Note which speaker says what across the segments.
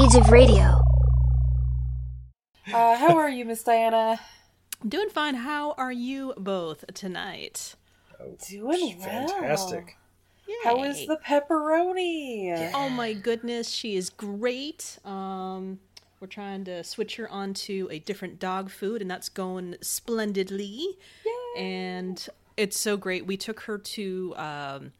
Speaker 1: Age of Radio.
Speaker 2: Uh, how are you, Miss Diana?
Speaker 3: Doing fine. How are you both tonight?
Speaker 2: Doing well.
Speaker 4: Fantastic.
Speaker 2: How is the pepperoni?
Speaker 3: Oh my goodness, she is great. Um, we're trying to switch her onto a different dog food, and that's going splendidly. And it's so great. We took her to um,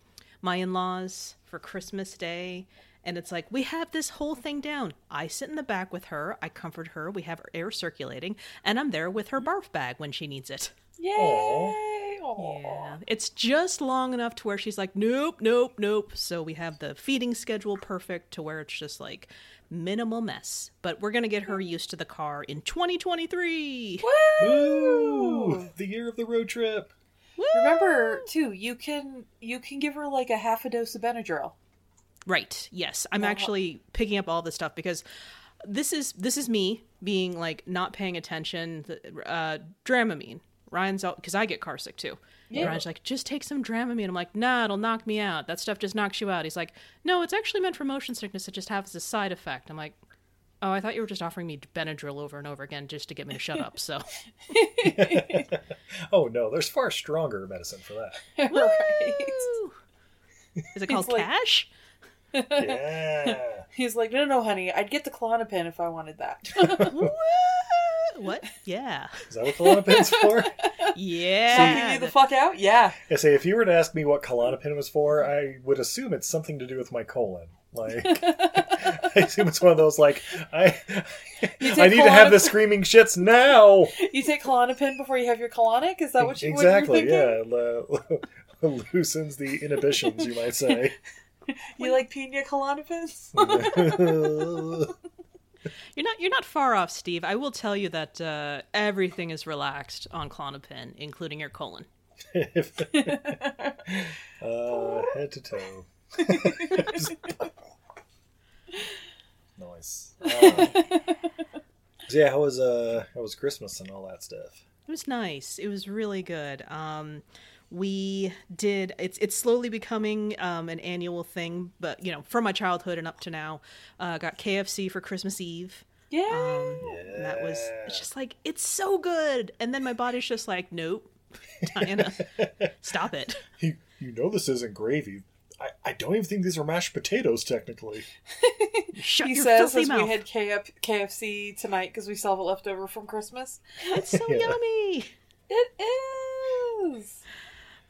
Speaker 3: my in laws for Christmas Day. And it's like, we have this whole thing down. I sit in the back with her. I comfort her. We have her air circulating. And I'm there with her barf bag when she needs it.
Speaker 2: Yay!
Speaker 3: Yeah, it's just long enough to where she's like, nope, nope, nope. So we have the feeding schedule perfect to where it's just like minimal mess. But we're gonna get her used to the car in 2023.
Speaker 4: Woo! The year of the road trip.
Speaker 2: Remember too, you can you can give her like a half a dose of Benadryl.
Speaker 3: Right? Yes, I'm actually picking up all this stuff because this is this is me being like not paying attention. The- Uh, Dramamine. Ryan's out because I get car sick too. And Ryan's like, just take some Dramamine. I'm like, nah, it'll knock me out. That stuff just knocks you out. He's like, no, it's actually meant for motion sickness. It just has a side effect. I'm like, oh, I thought you were just offering me Benadryl over and over again just to get me to shut up. So
Speaker 4: Oh no, there's far stronger medicine for that.
Speaker 3: Woo! is it called
Speaker 2: like-
Speaker 3: cash?
Speaker 4: Yeah.
Speaker 2: He's like, no, no, honey, I'd get the Klonopin if I wanted that. "Uh."
Speaker 3: What? Yeah,
Speaker 4: Is that what Klonopin's for?
Speaker 3: yeah.
Speaker 2: you the fuck out? Yeah.
Speaker 4: I say, if you were to ask me what Klonopin was for, I would assume it's something to do with my colon. Like, I assume it's one of those like, I, I need to have the screaming shits now.
Speaker 2: You take Klonopin before you have your colonic. Is that what you What
Speaker 4: exactly.
Speaker 2: you're thinking?
Speaker 4: Yeah, lo- loosens the inhibitions, you might say.
Speaker 2: You like pina colonopins?
Speaker 4: Uh,
Speaker 3: You're not you're not far off, Steve. I will tell you that uh, everything is relaxed on Clonopin, including your colon.
Speaker 4: uh, head to toe. nice. Uh, so yeah, how was uh, how was Christmas and all that stuff?
Speaker 3: It was nice. It was really good. Um, we did. It's it's slowly becoming um, an annual thing, but you know, from my childhood and up to now, uh, got KFC for Christmas Eve.
Speaker 2: yeah.
Speaker 3: Um, and that was it's just like it's so good. And then my body's just like, nope, Diana, stop it.
Speaker 4: You you know this isn't gravy. I, I don't even think these are mashed potatoes technically.
Speaker 3: Shut
Speaker 2: He
Speaker 3: your
Speaker 2: says
Speaker 3: filthy
Speaker 2: as
Speaker 3: mouth.
Speaker 2: we had KF- KFC tonight because we still have it left over from Christmas.
Speaker 3: It's so yummy.
Speaker 2: It is.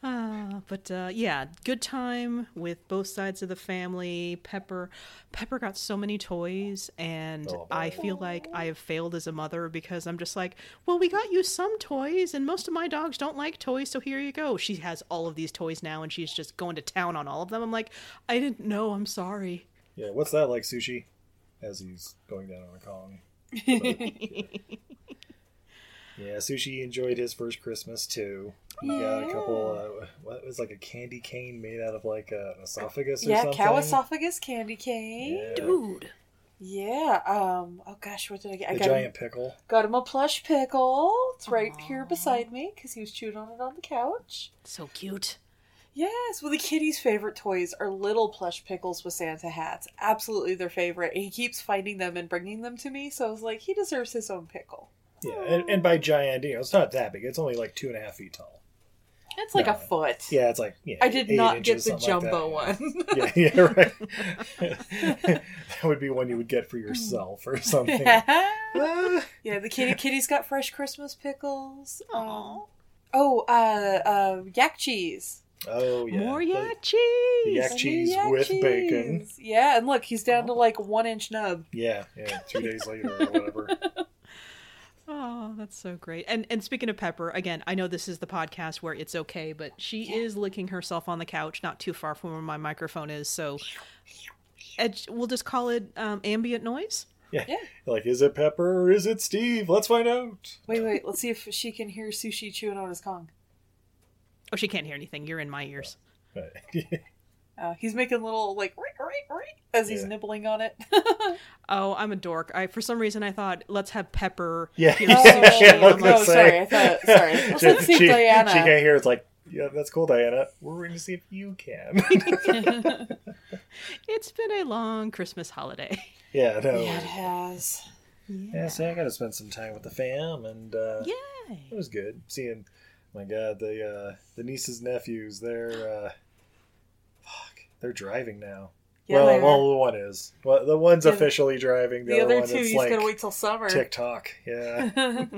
Speaker 3: Uh, but uh, yeah, good time with both sides of the family. Pepper, Pepper got so many toys, and I feel like I have failed as a mother because I'm just like, well, we got you some toys, and most of my dogs don't like toys, so here you go. She has all of these toys now, and she's just going to town on all of them. I'm like, I didn't know. I'm sorry.
Speaker 4: Yeah, what's that like, sushi? As he's going down on a Kong. yeah, sushi enjoyed his first Christmas too. He got a couple. Uh, what was like a candy cane made out of like a, an esophagus or
Speaker 2: yeah,
Speaker 4: something?
Speaker 2: cow esophagus candy cane.
Speaker 4: Yeah,
Speaker 3: Dude,
Speaker 2: Yeah. Um. Oh gosh, what did I get? I
Speaker 4: The
Speaker 2: got Him,
Speaker 4: giant pickle.
Speaker 2: got him a plush pickle. It's right here beside me because he was chewing on it on the couch.
Speaker 3: so cute.
Speaker 2: Yes. Well, the kitty's favorite toys are little plush pickles with Santa hats. Absolutely their favorite. And he keeps finding them and bringing them to me. So I was like, he deserves his own pickle.
Speaker 4: Yeah, and, and by giant, you know, it's not that big. It's only like two and a half feet tall.
Speaker 2: It's like
Speaker 4: No.
Speaker 2: a foot.
Speaker 4: Yeah, it's like yeah.
Speaker 2: I did
Speaker 4: eight
Speaker 2: not get
Speaker 4: inches,
Speaker 2: the
Speaker 4: something like that.
Speaker 2: jumbo one.
Speaker 4: yeah, yeah, right. that would be one you would get for yourself or something. Ah,
Speaker 2: yeah, the kitty kitty's got fresh Christmas pickles. Um, oh, uh, uh, yak cheese.
Speaker 4: oh yeah,
Speaker 3: More
Speaker 4: the-
Speaker 3: yak
Speaker 4: the
Speaker 3: cheese.
Speaker 4: yak cheese
Speaker 2: Yak
Speaker 4: with bacon.
Speaker 2: cheese. Yeah, and look, he's down to like one inch nub.
Speaker 4: Yeah, yeah. Two days later or whatever.
Speaker 3: Oh, that's so great. And and speaking of Pepper, again, I know this is the podcast where it's okay, but she is licking herself on the couch, not too far from where my microphone is. So, edge, we'll just call it um, ambient noise.
Speaker 4: Yeah.
Speaker 2: Yeah.
Speaker 4: Like, is it Pepper or is it Steve? Let's find out.
Speaker 2: Wait, wait, let's see if she can hear sushi chewing on his Kong.
Speaker 3: Oh, she can't hear anything. You're in my ears.
Speaker 4: But-
Speaker 2: Uh, he's making little like "Ree, ree, ree," as he's
Speaker 4: Yeah.
Speaker 2: nibbling on it.
Speaker 3: Oh, I'm a dork. I for some reason I thought let's have Pepper.
Speaker 4: yeah.
Speaker 3: hear
Speaker 4: yeah,
Speaker 3: sushi.
Speaker 4: I was
Speaker 3: I'm
Speaker 4: gonna
Speaker 3: like,
Speaker 2: oh, sorry, I
Speaker 4: say.
Speaker 2: thought sorry. Let's
Speaker 4: she,
Speaker 2: not see
Speaker 4: she-
Speaker 2: Diana.
Speaker 4: she can't hear. It's like, yeah, that's cool, Diana. We're going to see if you can.
Speaker 3: it's been a long Christmas holiday.
Speaker 4: yeah, no.
Speaker 2: Yeah, it has.
Speaker 4: Yeah, see, I got to spend some time with the fam, and uh,
Speaker 3: Yay!
Speaker 4: it was good seeing. My God, the uh, the nieces nephews, they're uh, fuck, they're driving now.
Speaker 2: Yeah,
Speaker 4: well,
Speaker 2: they
Speaker 4: well,
Speaker 2: are.
Speaker 4: the one is. Well, the one's
Speaker 2: Yeah, the-
Speaker 4: officially driving. The,
Speaker 2: the other
Speaker 4: one
Speaker 2: two,
Speaker 4: is
Speaker 2: he's
Speaker 4: like
Speaker 2: gotta wait till summer.
Speaker 4: TikTok.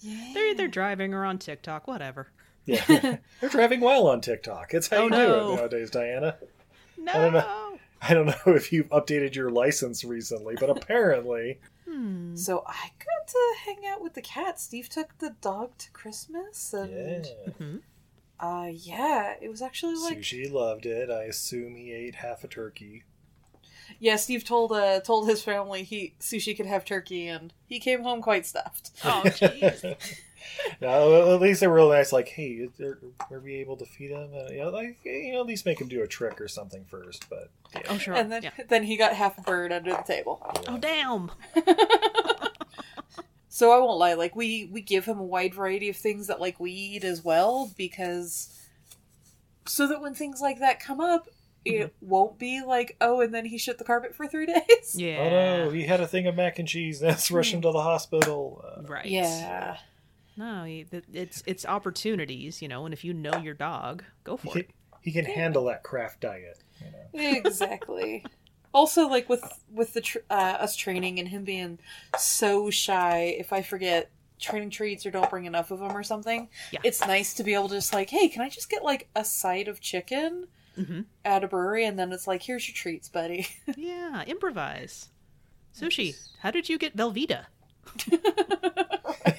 Speaker 4: Yeah,
Speaker 3: They're either driving or on TikTok, whatever.
Speaker 4: yeah. They're driving well on TikTok. It's how
Speaker 3: Oh,
Speaker 4: you do
Speaker 3: no.
Speaker 4: it nowadays, Diana.
Speaker 3: No.
Speaker 4: don't know. I don't know if you've updated your license recently, but apparently,
Speaker 2: So I got to hang out with the cat. Steve took the dog to Christmas,
Speaker 4: yeah.
Speaker 2: and uh, yeah, it was actually like
Speaker 4: Sushi loved it. I assume he ate half a turkey.
Speaker 2: yeah. Steve told uh, told his family he sushi could have turkey, and he came home quite stuffed.
Speaker 3: Oh, jeez.
Speaker 4: No, at least they were real nice. Like, hey, are, are we able to feed him? Uh, you know, like, you know, at least make him do a trick or something first. But
Speaker 3: oh, sure.
Speaker 2: And then
Speaker 3: Yeah.
Speaker 2: then he got half a bird under the table.
Speaker 3: Oh, damn.
Speaker 2: So I won't lie, like we we give him a wide variety of things that like we eat as well because so that when things like that come up, it
Speaker 3: Mm-hmm.
Speaker 2: won't be like oh, and then he shit the carpet for three days.
Speaker 3: Yeah. Hmm.
Speaker 4: oh no, he had a thing of mac and cheese. Let's rush him to the hospital. Uh,
Speaker 3: Right.
Speaker 2: Yeah.
Speaker 3: No, you- th- it's it's opportunities, you know, and if you know your dog, go for
Speaker 4: he,
Speaker 3: it.
Speaker 4: he can handle that craft diet. You know.
Speaker 2: exactly also like with with the tr- uh, us training and him being so shy if i forget training treats or don't bring enough of them or something
Speaker 3: Yeah.
Speaker 2: it's nice to be able to just like hey can i just get like a side of chicken
Speaker 4: Mm-hmm.
Speaker 2: at a brewery and then it's like here's your treats buddy
Speaker 3: Yeah, improvise. Sushi, how did you get Velveeta?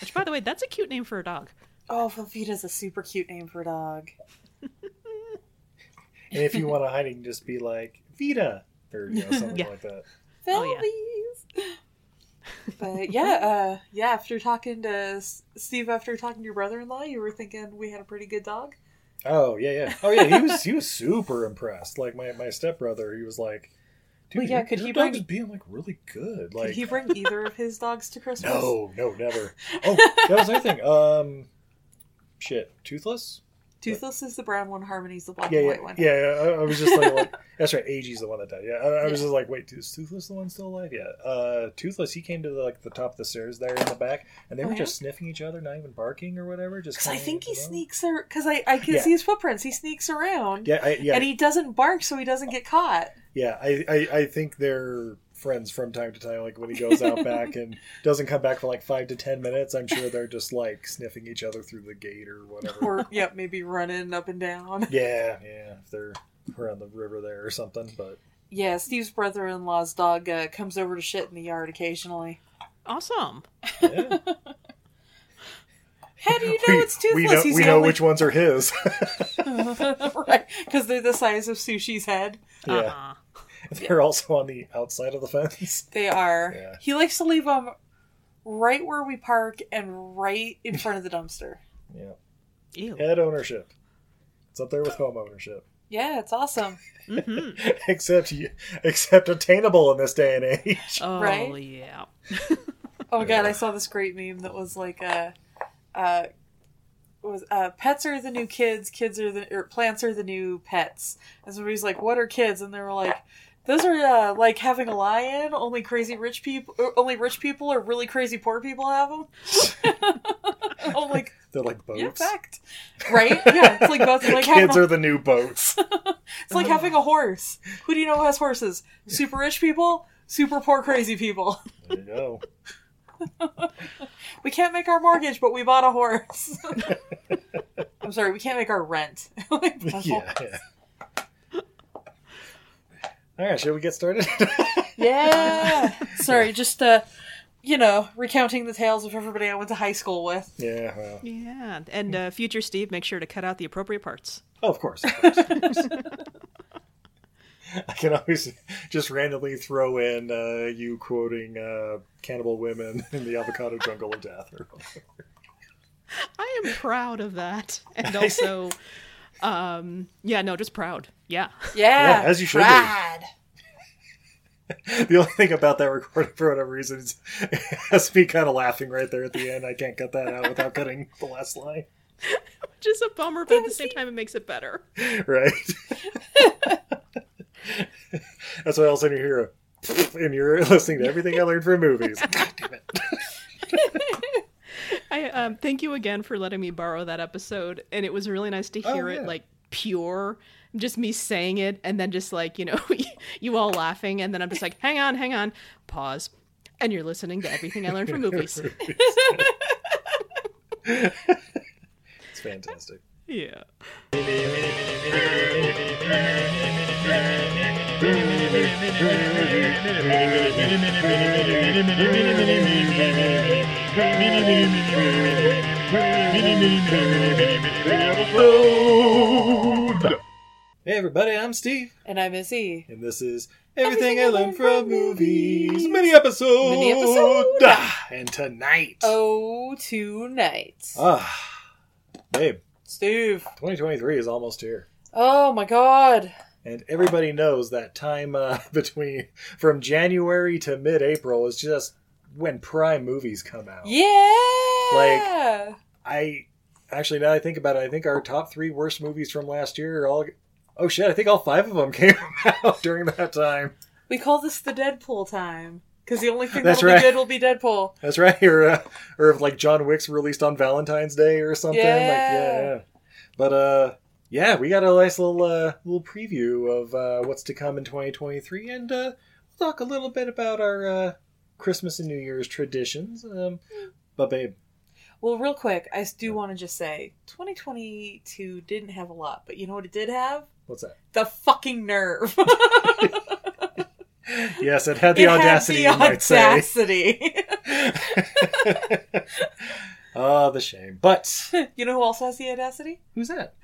Speaker 3: Which, by the way, that's a cute name for a dog.
Speaker 2: oh velveeta's a super cute name for a dog
Speaker 4: And if you want to hide, you can just be like Vita or you know, something
Speaker 3: Yeah.
Speaker 4: like that.
Speaker 3: Oh, yeah.
Speaker 2: Velvies. but yeah uh yeah after talking to S- steve after talking to your brother-in-law you were thinking we had a pretty good dog
Speaker 4: Oh yeah, yeah. Oh yeah, he was he was super impressed. Like my my stepbrother, he was like, "Dude,
Speaker 2: Well, yeah,
Speaker 4: your-
Speaker 2: could
Speaker 4: your
Speaker 2: he
Speaker 4: dog's
Speaker 2: bring-
Speaker 4: being like really good." Like,
Speaker 2: Did he bring either of his dogs to Christmas?
Speaker 4: no, no, never. Oh, that was the other thing. Um, shit, toothless.
Speaker 2: Toothless is the brown one, Harmony's the black
Speaker 4: Yeah,
Speaker 2: and
Speaker 4: yeah,
Speaker 2: white one.
Speaker 4: yeah. yeah. I, I was just like, like- that's right. Agee's the one that died. Yeah, I, I was just like, wait, is Toothless the one still alive? Yeah, uh, Toothless. He came to the, like the top of the stairs there in the back, and they were
Speaker 2: Oh, yeah?
Speaker 4: just sniffing each other, not even barking or whatever. Just
Speaker 2: Because I
Speaker 4: kinda
Speaker 2: think he
Speaker 4: alone.
Speaker 2: sneaks around. Because I, I can
Speaker 4: Yeah.
Speaker 2: see his footprints. He sneaks around.
Speaker 4: Yeah, I, yeah.
Speaker 2: And he doesn't bark, so he doesn't get caught.
Speaker 4: Yeah, I, I, I think they're friends from time to time. Like when he goes out back and doesn't come back for like five to ten minutes, I'm sure they're just like sniffing each other through the gate or whatever.
Speaker 2: Or, yep, maybe running up and down.
Speaker 4: yeah, yeah, if they're around the river there or something. But
Speaker 2: Yeah, Steve's brother in law's dog uh, comes over to shit in the yard occasionally.
Speaker 3: Awesome.
Speaker 4: yeah.
Speaker 2: How do you know it's Toothless?
Speaker 4: we know,
Speaker 2: He's
Speaker 4: we
Speaker 2: the
Speaker 4: know
Speaker 2: only- Uh-huh.
Speaker 4: which ones are his.
Speaker 2: right. Because they're the size of Sushi's head.
Speaker 4: yeah,
Speaker 3: Uh-uh.
Speaker 4: they're also on the outside of the fence.
Speaker 2: They are.
Speaker 4: Yeah.
Speaker 2: He likes to leave them right where we park and right in front of the dumpster.
Speaker 4: Yeah,
Speaker 3: Ew.
Speaker 4: head ownership. It's up there with home ownership,
Speaker 2: Yeah, it's awesome.
Speaker 4: except you, except attainable in this day and age.
Speaker 3: Oh,
Speaker 2: Right?
Speaker 3: yeah.
Speaker 2: Oh my god, I saw this great meme that was like uh uh what was uh pets are the new kids, kids are the or plants are the new pets. And somebody's like, What are kids? And they were like, Those are uh, like having a lion. Only crazy rich people, only rich people, or really crazy poor people have them. I'm like,
Speaker 4: They're like boats.
Speaker 2: yeah, fact, right? Yeah, it's like both. It's like having
Speaker 4: Kids
Speaker 2: a,
Speaker 4: are the new boats.
Speaker 2: it's like having a horse. Who do you know has horses? Super rich people, super poor crazy people.
Speaker 4: There you go.
Speaker 2: We can't make our mortgage, but we bought a horse. I'm sorry, we can't make our rent. We bought a
Speaker 4: Yeah.
Speaker 2: horse.
Speaker 4: All right, shall we get started?
Speaker 2: Yeah. Sorry, just uh, you know, recounting the tales of everybody I went to high school with.
Speaker 4: yeah. Well,
Speaker 3: Yeah, and uh, future Steve, make sure to cut out the appropriate parts.
Speaker 4: oh, of course. Of course, of course. I can always just randomly throw in uh, you quoting uh, "Cannibal Women in the Avocado Jungle of Death." Or
Speaker 3: I am proud of that, and also, um, yeah, no, just proud. Yeah,
Speaker 2: Yeah,
Speaker 4: Yeah, as you should be.
Speaker 2: Rad.
Speaker 4: the only thing about that recording, for whatever reason, is it has me kind of laughing right there at the end. I can't cut that out without cutting the last line,
Speaker 3: which is a bummer, but at the same time, it makes it better.
Speaker 4: right? That's why all of a sudden you're here, and you're listening to everything I learned from movies. God damn it.
Speaker 3: I um, thank you again for letting me borrow that episode, and it was really nice to hear
Speaker 4: Oh, yeah.
Speaker 3: it like pure, just me saying it, and then just like you know, you all laughing, and then I'm just like, hang on, hang on, pause, and you're listening to everything I learned from movies.
Speaker 4: It's fantastic.
Speaker 3: yeah.
Speaker 4: Hey everybody, I'm Steve,
Speaker 2: And I'm Izzy.
Speaker 4: and this is Everything, I Learned from Movies mini episode.
Speaker 2: Mini episode.
Speaker 4: Ah, And tonight,
Speaker 2: Oh, tonight,
Speaker 4: ah, babe,
Speaker 2: Steve.
Speaker 4: 2023 is almost here.
Speaker 2: Oh my God.
Speaker 4: And everybody knows that time uh, between from January to mid-April is just when prime movies come out.
Speaker 2: Yeah. Like
Speaker 4: I actually now that I think about it, I think our top three worst movies from last year are all. Oh shit! I think all five of them came out during that time.
Speaker 2: we call this the Deadpool time because the only thing
Speaker 4: That's
Speaker 2: that'll
Speaker 4: right.
Speaker 2: be good will be Deadpool.
Speaker 4: That's right. Or, uh, or if like John Wick's released on Valentine's Day or something. Like, yeah,
Speaker 2: Yeah.
Speaker 4: yeah. But uh, yeah, we got a nice little uh, little preview of uh, what's to come in 2023, and uh, we'll talk a little bit about our uh, Christmas and New Year's traditions. Um, but babe,
Speaker 2: Well, real quick, I do want to just say 2022 didn't have a lot, but you know what it did have?
Speaker 4: what's that?
Speaker 2: The fucking nerve.
Speaker 4: Yes, it had the
Speaker 2: It had
Speaker 4: audacity.
Speaker 2: the
Speaker 4: you might say.
Speaker 2: audacity.
Speaker 4: Oh, the shame. But
Speaker 2: you know who also has the audacity?
Speaker 4: who's that?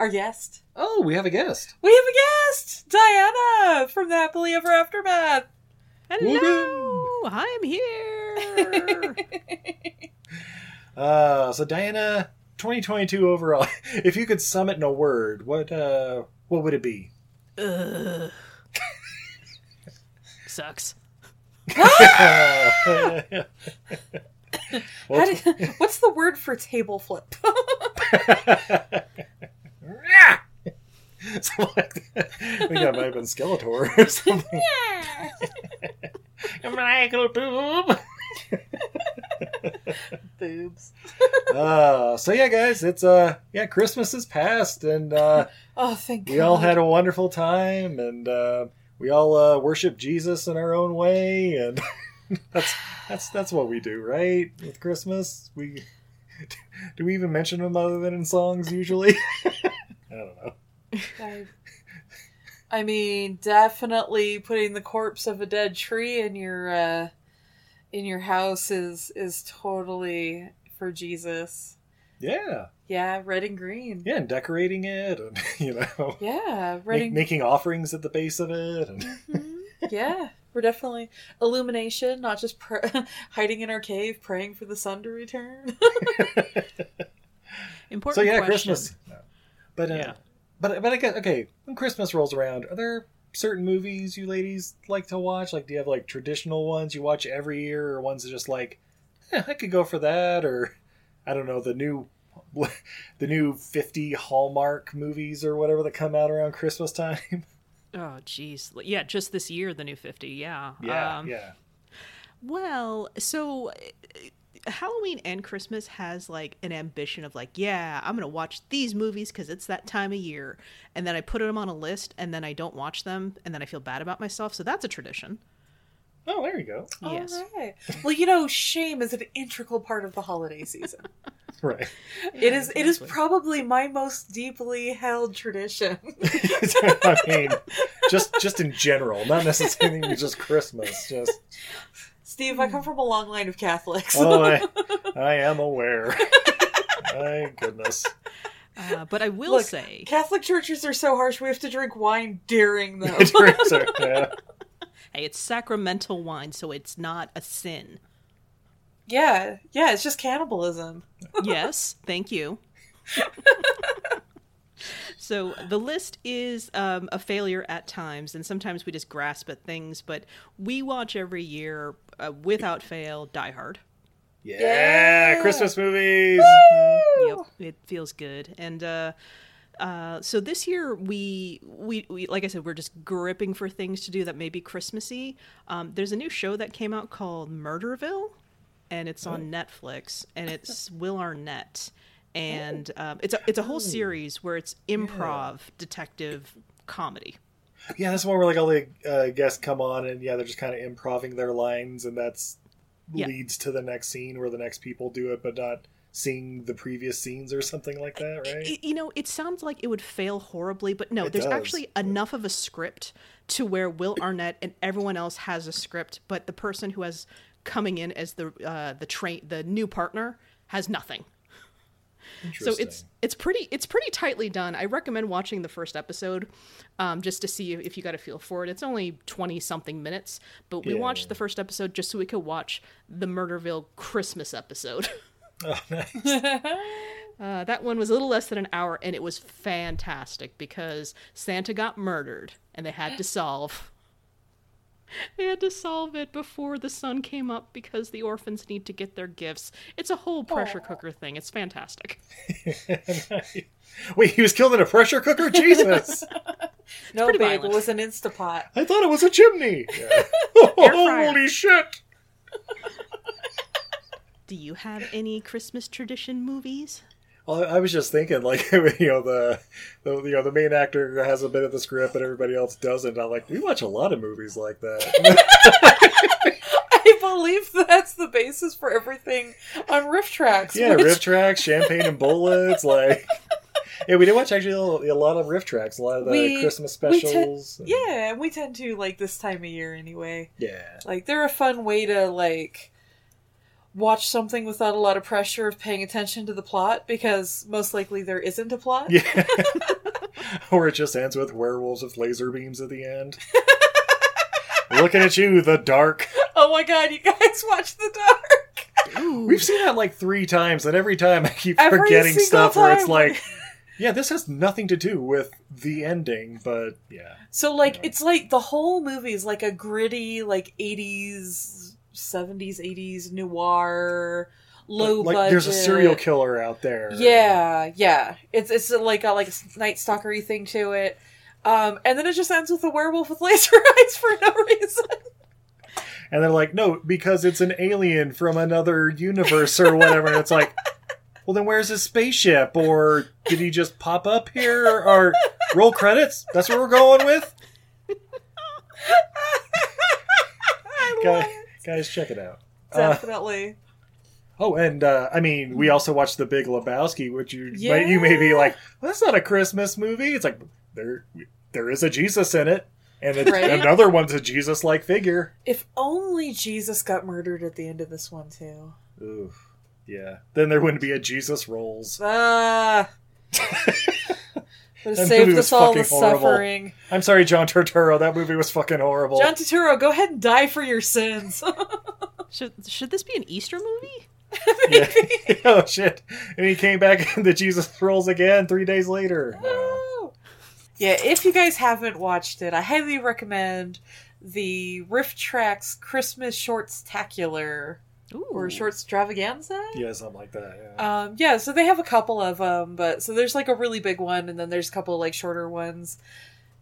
Speaker 2: Our guest.
Speaker 4: Oh, we have a guest.
Speaker 2: We have a guest, Diana from the Happily Ever Aftermath.
Speaker 3: Hello, I'm here.
Speaker 4: Uh, so Diana, 2022 overall. If you could sum it in a word, what uh, what would it be?
Speaker 3: Ugh. Sucks.
Speaker 4: Uh,
Speaker 2: How do- what's the word for table flip?
Speaker 4: Something like that. I think that might have been Skeletor or something. Maniacal boob.
Speaker 2: Boobs.
Speaker 4: Uh, so yeah, guys, it's uh, yeah, Christmas is past, and uh,
Speaker 2: Oh, thank God.
Speaker 4: we all had a wonderful time and uh, we all uh, worship jesus in our own way and that's that's that's what we do right with christmas we do we even mention him other than in songs usually i don't know
Speaker 2: I, I mean, definitely putting the corpse of a dead tree in your uh, in your house is is totally for Jesus.
Speaker 4: yeah
Speaker 2: Yeah, red and green.
Speaker 4: yeah and decorating it and you know
Speaker 2: Yeah, red
Speaker 4: make,
Speaker 2: and
Speaker 4: making offerings at the base of it and
Speaker 2: yeah. We're definitely illumination, not just pr- hiding in our cave praying for the sun to return.
Speaker 3: Important.
Speaker 4: so yeah
Speaker 3: question.
Speaker 4: christmas but uh,
Speaker 3: Yeah.
Speaker 4: but but i guess okay when christmas rolls around are there certain movies you ladies like to watch like do you have like traditional ones you watch every year or ones that just like eh, i could go for that or i don't know the new the new 50 hallmark movies or whatever that come out around christmas time
Speaker 3: Oh, geez. Yeah, just this year, the new 50. Yeah.
Speaker 4: Yeah,
Speaker 3: Um,
Speaker 4: yeah.
Speaker 3: Well, so uh, Halloween and Christmas has like an ambition of like, yeah, I'm going to watch these movies because it's that time of year. And then I put them on a list and then I don't watch them and then I feel bad about myself. So that's a tradition.
Speaker 4: Oh, there you go.
Speaker 3: Yes.
Speaker 2: All right. Well, you know, shame is an integral part of the holiday season.
Speaker 4: Right.
Speaker 2: it is. It is probably my most deeply held tradition.
Speaker 4: I mean, just just in general, not necessarily just Christmas. Just
Speaker 2: Steve, I come from a long line of Catholics.
Speaker 4: oh, I, I am aware. My goodness.
Speaker 3: Uh, but I will
Speaker 2: Look,
Speaker 3: say,
Speaker 2: Catholic churches are so harsh. We have to drink wine during them.
Speaker 4: Drinks are- yeah.
Speaker 3: hey, it's sacramental wine, so it's not a sin.
Speaker 2: yeah, yeah. It's just cannibalism.
Speaker 3: yes, thank you. so the list is um, a failure at times, and sometimes we just grasp at things. But we watch every year, uh, without fail, Die Hard.
Speaker 4: yeah,
Speaker 2: Yeah.
Speaker 4: Christmas movies.
Speaker 3: Yep, it feels good. And uh, uh, so this year we, we we like I said, we're just gripping for things to do that may be Christmassy. Um, there's a new show that came out called Murderville, and it's on Netflix, and it's Will Arnett, and um, it's a it's a whole series where it's improv detective comedy.
Speaker 4: Yeah, that's one where like all the uh, guests come on and yeah, they're just kind of improving their lines, and that's
Speaker 3: Yeah.
Speaker 4: leads to the next scene where the next people do it, but not seeing the previous scenes or something like that, right?
Speaker 3: It- you know, it sounds like it would fail horribly, but no,
Speaker 4: It
Speaker 3: there's
Speaker 4: does.
Speaker 3: actually enough of a script to where Will Arnett and everyone else has a script, but the person who has coming in as the uh, the train the new partner has nothing. So it's it's pretty it's pretty tightly done. I recommend watching the first episode um, just to see if you got a feel for it. It's only twenty something minutes, but we
Speaker 4: Yeah.
Speaker 3: watched the first episode just so we could watch the Murderville Christmas episode.
Speaker 4: Oh, nice.
Speaker 3: Uh, that one was a little less than an hour, and it was fantastic because Santa got murdered, and they had to solve. They had to solve it before the sun came up because the orphans need to get their gifts. It's a whole pressure cooker thing. It's fantastic.
Speaker 4: Wait, he was killed in a pressure cooker? Jesus!
Speaker 2: no,
Speaker 3: pretty
Speaker 2: babe, it
Speaker 3: violent.
Speaker 2: was an Instapot.
Speaker 4: I thought it was a chimney.
Speaker 3: fryer.
Speaker 4: holy shit!
Speaker 3: Do you have any Christmas tradition movies?
Speaker 4: Well, I was just thinking, like you know, the, the you know the main actor has a bit of the script, and everybody else doesn't. I'm like, we watch a lot of movies like that.
Speaker 2: I believe that's the basis for everything on riff tracks.
Speaker 4: yeah,
Speaker 2: which-
Speaker 4: riff tracks, champagne and bullets, like. Yeah, we did watch actually a a lot of riff tracks, a lot of the
Speaker 2: We-
Speaker 4: Christmas
Speaker 2: we te-
Speaker 4: specials. and-
Speaker 2: yeah, and we tend to like this time of year anyway.
Speaker 4: yeah,
Speaker 2: Like they're a fun way to like watch something without a lot of pressure of paying attention to the plot because most likely there isn't a plot.
Speaker 4: yeah. or it just ends with werewolves with laser beams at the end. Looking at you, the dark.
Speaker 2: Oh my god, you guys watch the dark.
Speaker 4: We've seen that like three times, and every time I keep
Speaker 2: Every
Speaker 4: forgetting
Speaker 2: single
Speaker 4: stuff where it's
Speaker 2: time.
Speaker 4: like, yeah, this has nothing to do with the ending, but yeah.
Speaker 2: So like it's like the whole movie is like a gritty like 80s 70s 80s noir low
Speaker 4: like,
Speaker 2: budget
Speaker 4: there's a serial killer out there.
Speaker 2: Yeah, yeah. It's it's like a like a night stalkery thing to it. Um, and then it just ends with a werewolf with laser eyes for no reason.
Speaker 4: And they're like, no, because it's an alien from another universe or whatever. and it's like, well, then where's his spaceship? Or did he just pop up here? Or roll credits? That's what we're going with? Guy- Guys, check it out. Uh,
Speaker 2: Definitely.
Speaker 4: Oh, and uh, I mean, we also watched The Big Lebowski, which you might, you may be like, well, that's not a Christmas movie. It's like there there is a Jesus in it, and it,
Speaker 2: Right?
Speaker 4: another one's a Jesus like figure.
Speaker 2: if only Jesus got murdered at the end of this one too.
Speaker 4: Ooh, yeah. Then there wouldn't be a Jesus rolls.
Speaker 2: Ah. Would
Speaker 4: That
Speaker 2: have
Speaker 4: movie
Speaker 2: saved
Speaker 4: was
Speaker 2: us all the
Speaker 4: fucking horrible.
Speaker 2: suffering.
Speaker 4: I'm sorry, John Turturro. That movie was fucking horrible.
Speaker 2: John Turturro, go ahead and die for your sins.
Speaker 3: Should should this be an Easter movie?
Speaker 4: Yeah. oh shit! And he came back in the Jesus rolls again three days later. Uh, Wow.
Speaker 2: yeah, if you guys haven't watched it, I highly recommend the Riff Tracks Christmas Shorts Tacular
Speaker 3: Ooh.
Speaker 2: or Short Extravaganza.
Speaker 4: Yeah, something like that. Yeah.
Speaker 2: Um, yeah, so they have a couple of them, but so there's like a really big one, and then there's a couple of like shorter ones.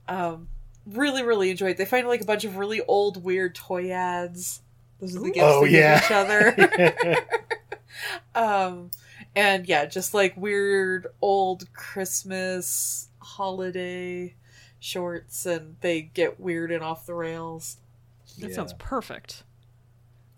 Speaker 2: Um, really, really enjoy it. They find like a bunch of really old, weird toy ads. Those are the gifts
Speaker 4: Oh,
Speaker 2: they give
Speaker 4: yeah.
Speaker 2: each other. um, and yeah, just like weird old Christmas holiday shorts, and they get weird and off the rails.
Speaker 3: That
Speaker 4: Yeah.
Speaker 3: sounds perfect.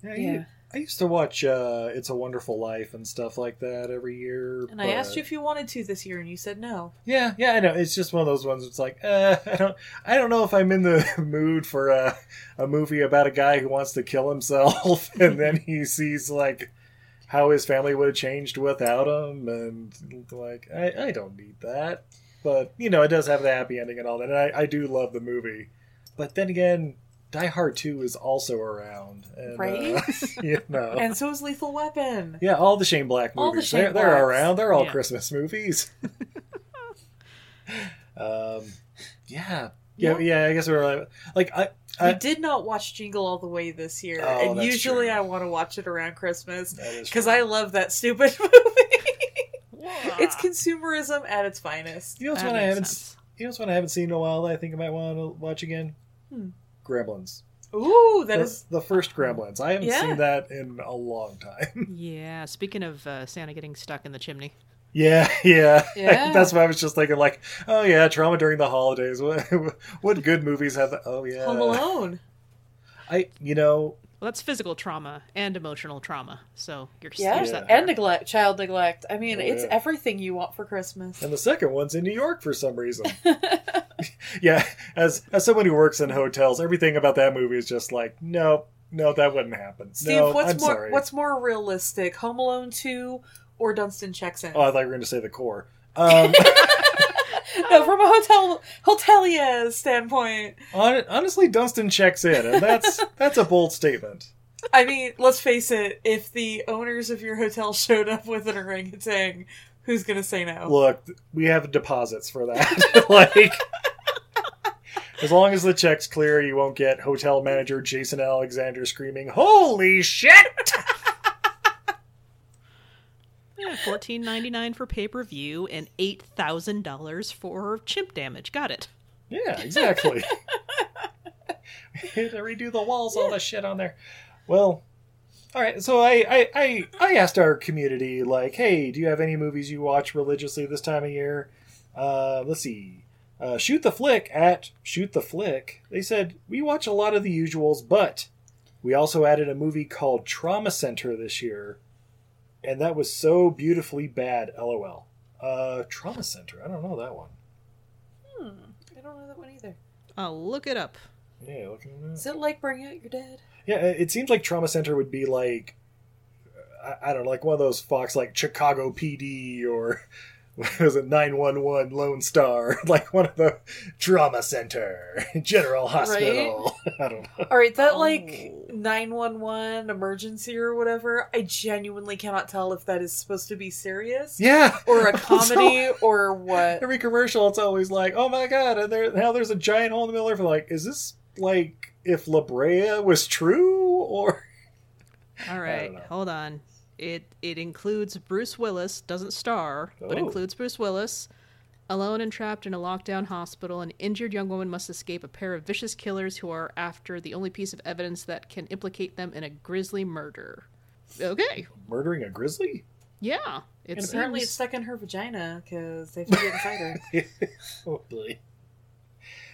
Speaker 4: Yeah, I-
Speaker 2: Yeah.
Speaker 4: I used to watch uh, "It's a Wonderful Life" and stuff like that every year.
Speaker 2: And I asked
Speaker 4: but-
Speaker 2: you if you wanted to this year, and you said no.
Speaker 4: Yeah, yeah, I know. It's just one of those ones. It's like uh, I don't, I don't know if I'm in the mood for a, a movie about a guy who wants to kill himself, and then he sees like how his family would have changed without him, and like I, I don't need that. But you know, it does have the happy ending and all that, and I, I do love the movie. But then again, Die Hard Two is also around, and,
Speaker 2: Right?
Speaker 4: uh, you know,
Speaker 2: And so is Lethal Weapon.
Speaker 4: yeah, all the Shane Black movies.
Speaker 2: All the Shane
Speaker 4: they're, they're
Speaker 2: Blacks.
Speaker 4: around. They're all
Speaker 3: Yeah.
Speaker 4: Christmas movies. um, yeah. yeah, yeah, I guess we were like, like I,
Speaker 2: We
Speaker 4: I
Speaker 2: did not watch Jingle All the Way this year,
Speaker 4: Oh,
Speaker 2: and
Speaker 4: that's
Speaker 2: usually
Speaker 4: true.
Speaker 2: I want to watch it around Christmas
Speaker 4: That is
Speaker 2: because
Speaker 4: true.
Speaker 2: I love that stupid movie. it's
Speaker 3: Wah.
Speaker 2: consumerism at its finest.
Speaker 4: you know what's
Speaker 3: That
Speaker 4: one I
Speaker 3: makes
Speaker 4: haven't
Speaker 3: sense.
Speaker 4: you know what's one I haven't seen in a while that I think I might want to watch again. Gremlins.
Speaker 2: Ooh, Hmm. that
Speaker 4: That's
Speaker 2: is
Speaker 4: the first Gremlins. I haven't
Speaker 2: Yeah.
Speaker 4: seen that in a long time.
Speaker 3: Yeah, speaking of uh, Santa getting stuck in the chimney.
Speaker 4: Yeah, yeah,
Speaker 2: Yeah.
Speaker 4: That's why I was just thinking, like, oh yeah, trauma during the holidays. What, what good movies have? The, oh yeah,
Speaker 2: Home Alone.
Speaker 4: I, you know,
Speaker 3: Well, that's physical trauma and emotional trauma. So you're
Speaker 2: Yeah,
Speaker 3: there's that
Speaker 2: and neglect, child neglect. I mean,
Speaker 4: Oh,
Speaker 2: it's
Speaker 4: yeah.
Speaker 2: everything you want for Christmas.
Speaker 4: and the second one's in New York for some reason. yeah, as as someone who works in hotels, everything about that movie is just like, no, no, that wouldn't happen.
Speaker 2: Steve,
Speaker 4: no,
Speaker 2: what's
Speaker 4: I'm
Speaker 2: more
Speaker 4: sorry.
Speaker 2: what's more realistic, Home Alone two or Dunstan checks in?
Speaker 4: Oh, I thought you were going to say the core. Um,
Speaker 2: no, Oh, from a hotel hotelier standpoint.
Speaker 4: hon- honestly, Dunstan checks in, and that's that's a bold statement.
Speaker 2: I mean, let's face it, if the owners of your hotel showed up with an orangutan, who's going to say no?
Speaker 4: Look, we have deposits for that. like, as long as the check's clear, you won't get hotel manager Jason Alexander screaming, "Holy shit!"
Speaker 3: Yeah, fourteen ninety nine for pay per view and eight thousand dollars for chimp damage. Got it.
Speaker 4: Yeah, exactly. to redo the walls, all the shit on there. Well, all right. So I, I, I, I asked our community, like, hey, do you have any movies you watch religiously this time of year? Uh, let's see. Uh, shoot the flick at shoot the flick. They said we watch a lot of the usuals, but we also added a movie called Trauma Center this year, and that was so beautifully bad. LOL. Uh, Trauma Center. I don't know that one.
Speaker 2: I don't know that one either.
Speaker 3: I'll look it up.
Speaker 4: Yeah, looking at
Speaker 2: Is it like Bring Out Your Dead?
Speaker 4: Yeah, it seems like Trauma Center would be like, I, I don't know, like one of those Fox, like Chicago PD or what was it, 911 Lone Star, like one of the Trauma Center, General Hospital. I don't know.
Speaker 2: All right, that like
Speaker 4: Oh.
Speaker 2: 911 emergency or whatever, I genuinely cannot tell if that is supposed to be serious
Speaker 4: Yeah.
Speaker 2: or a
Speaker 4: Also,
Speaker 2: comedy or what.
Speaker 4: every commercial, it's always like, oh my God, and there, now there's a giant hole in the middle of it. Like, is this like if La Brea was true or.
Speaker 3: All
Speaker 4: don't
Speaker 3: right,
Speaker 4: know.
Speaker 3: hold on. It it includes Bruce Willis, doesn't star, but
Speaker 4: Oh.
Speaker 3: includes Bruce Willis, alone and trapped in a lockdown hospital. An injured young woman must escape a pair of vicious killers who are after the only piece of evidence that can implicate them in a grisly murder. Okay,
Speaker 4: Murdering a grizzly?
Speaker 3: yeah, it
Speaker 2: And apparently it's
Speaker 3: seems
Speaker 2: stuck in her vagina because they found it inside her.
Speaker 4: Oh, boy.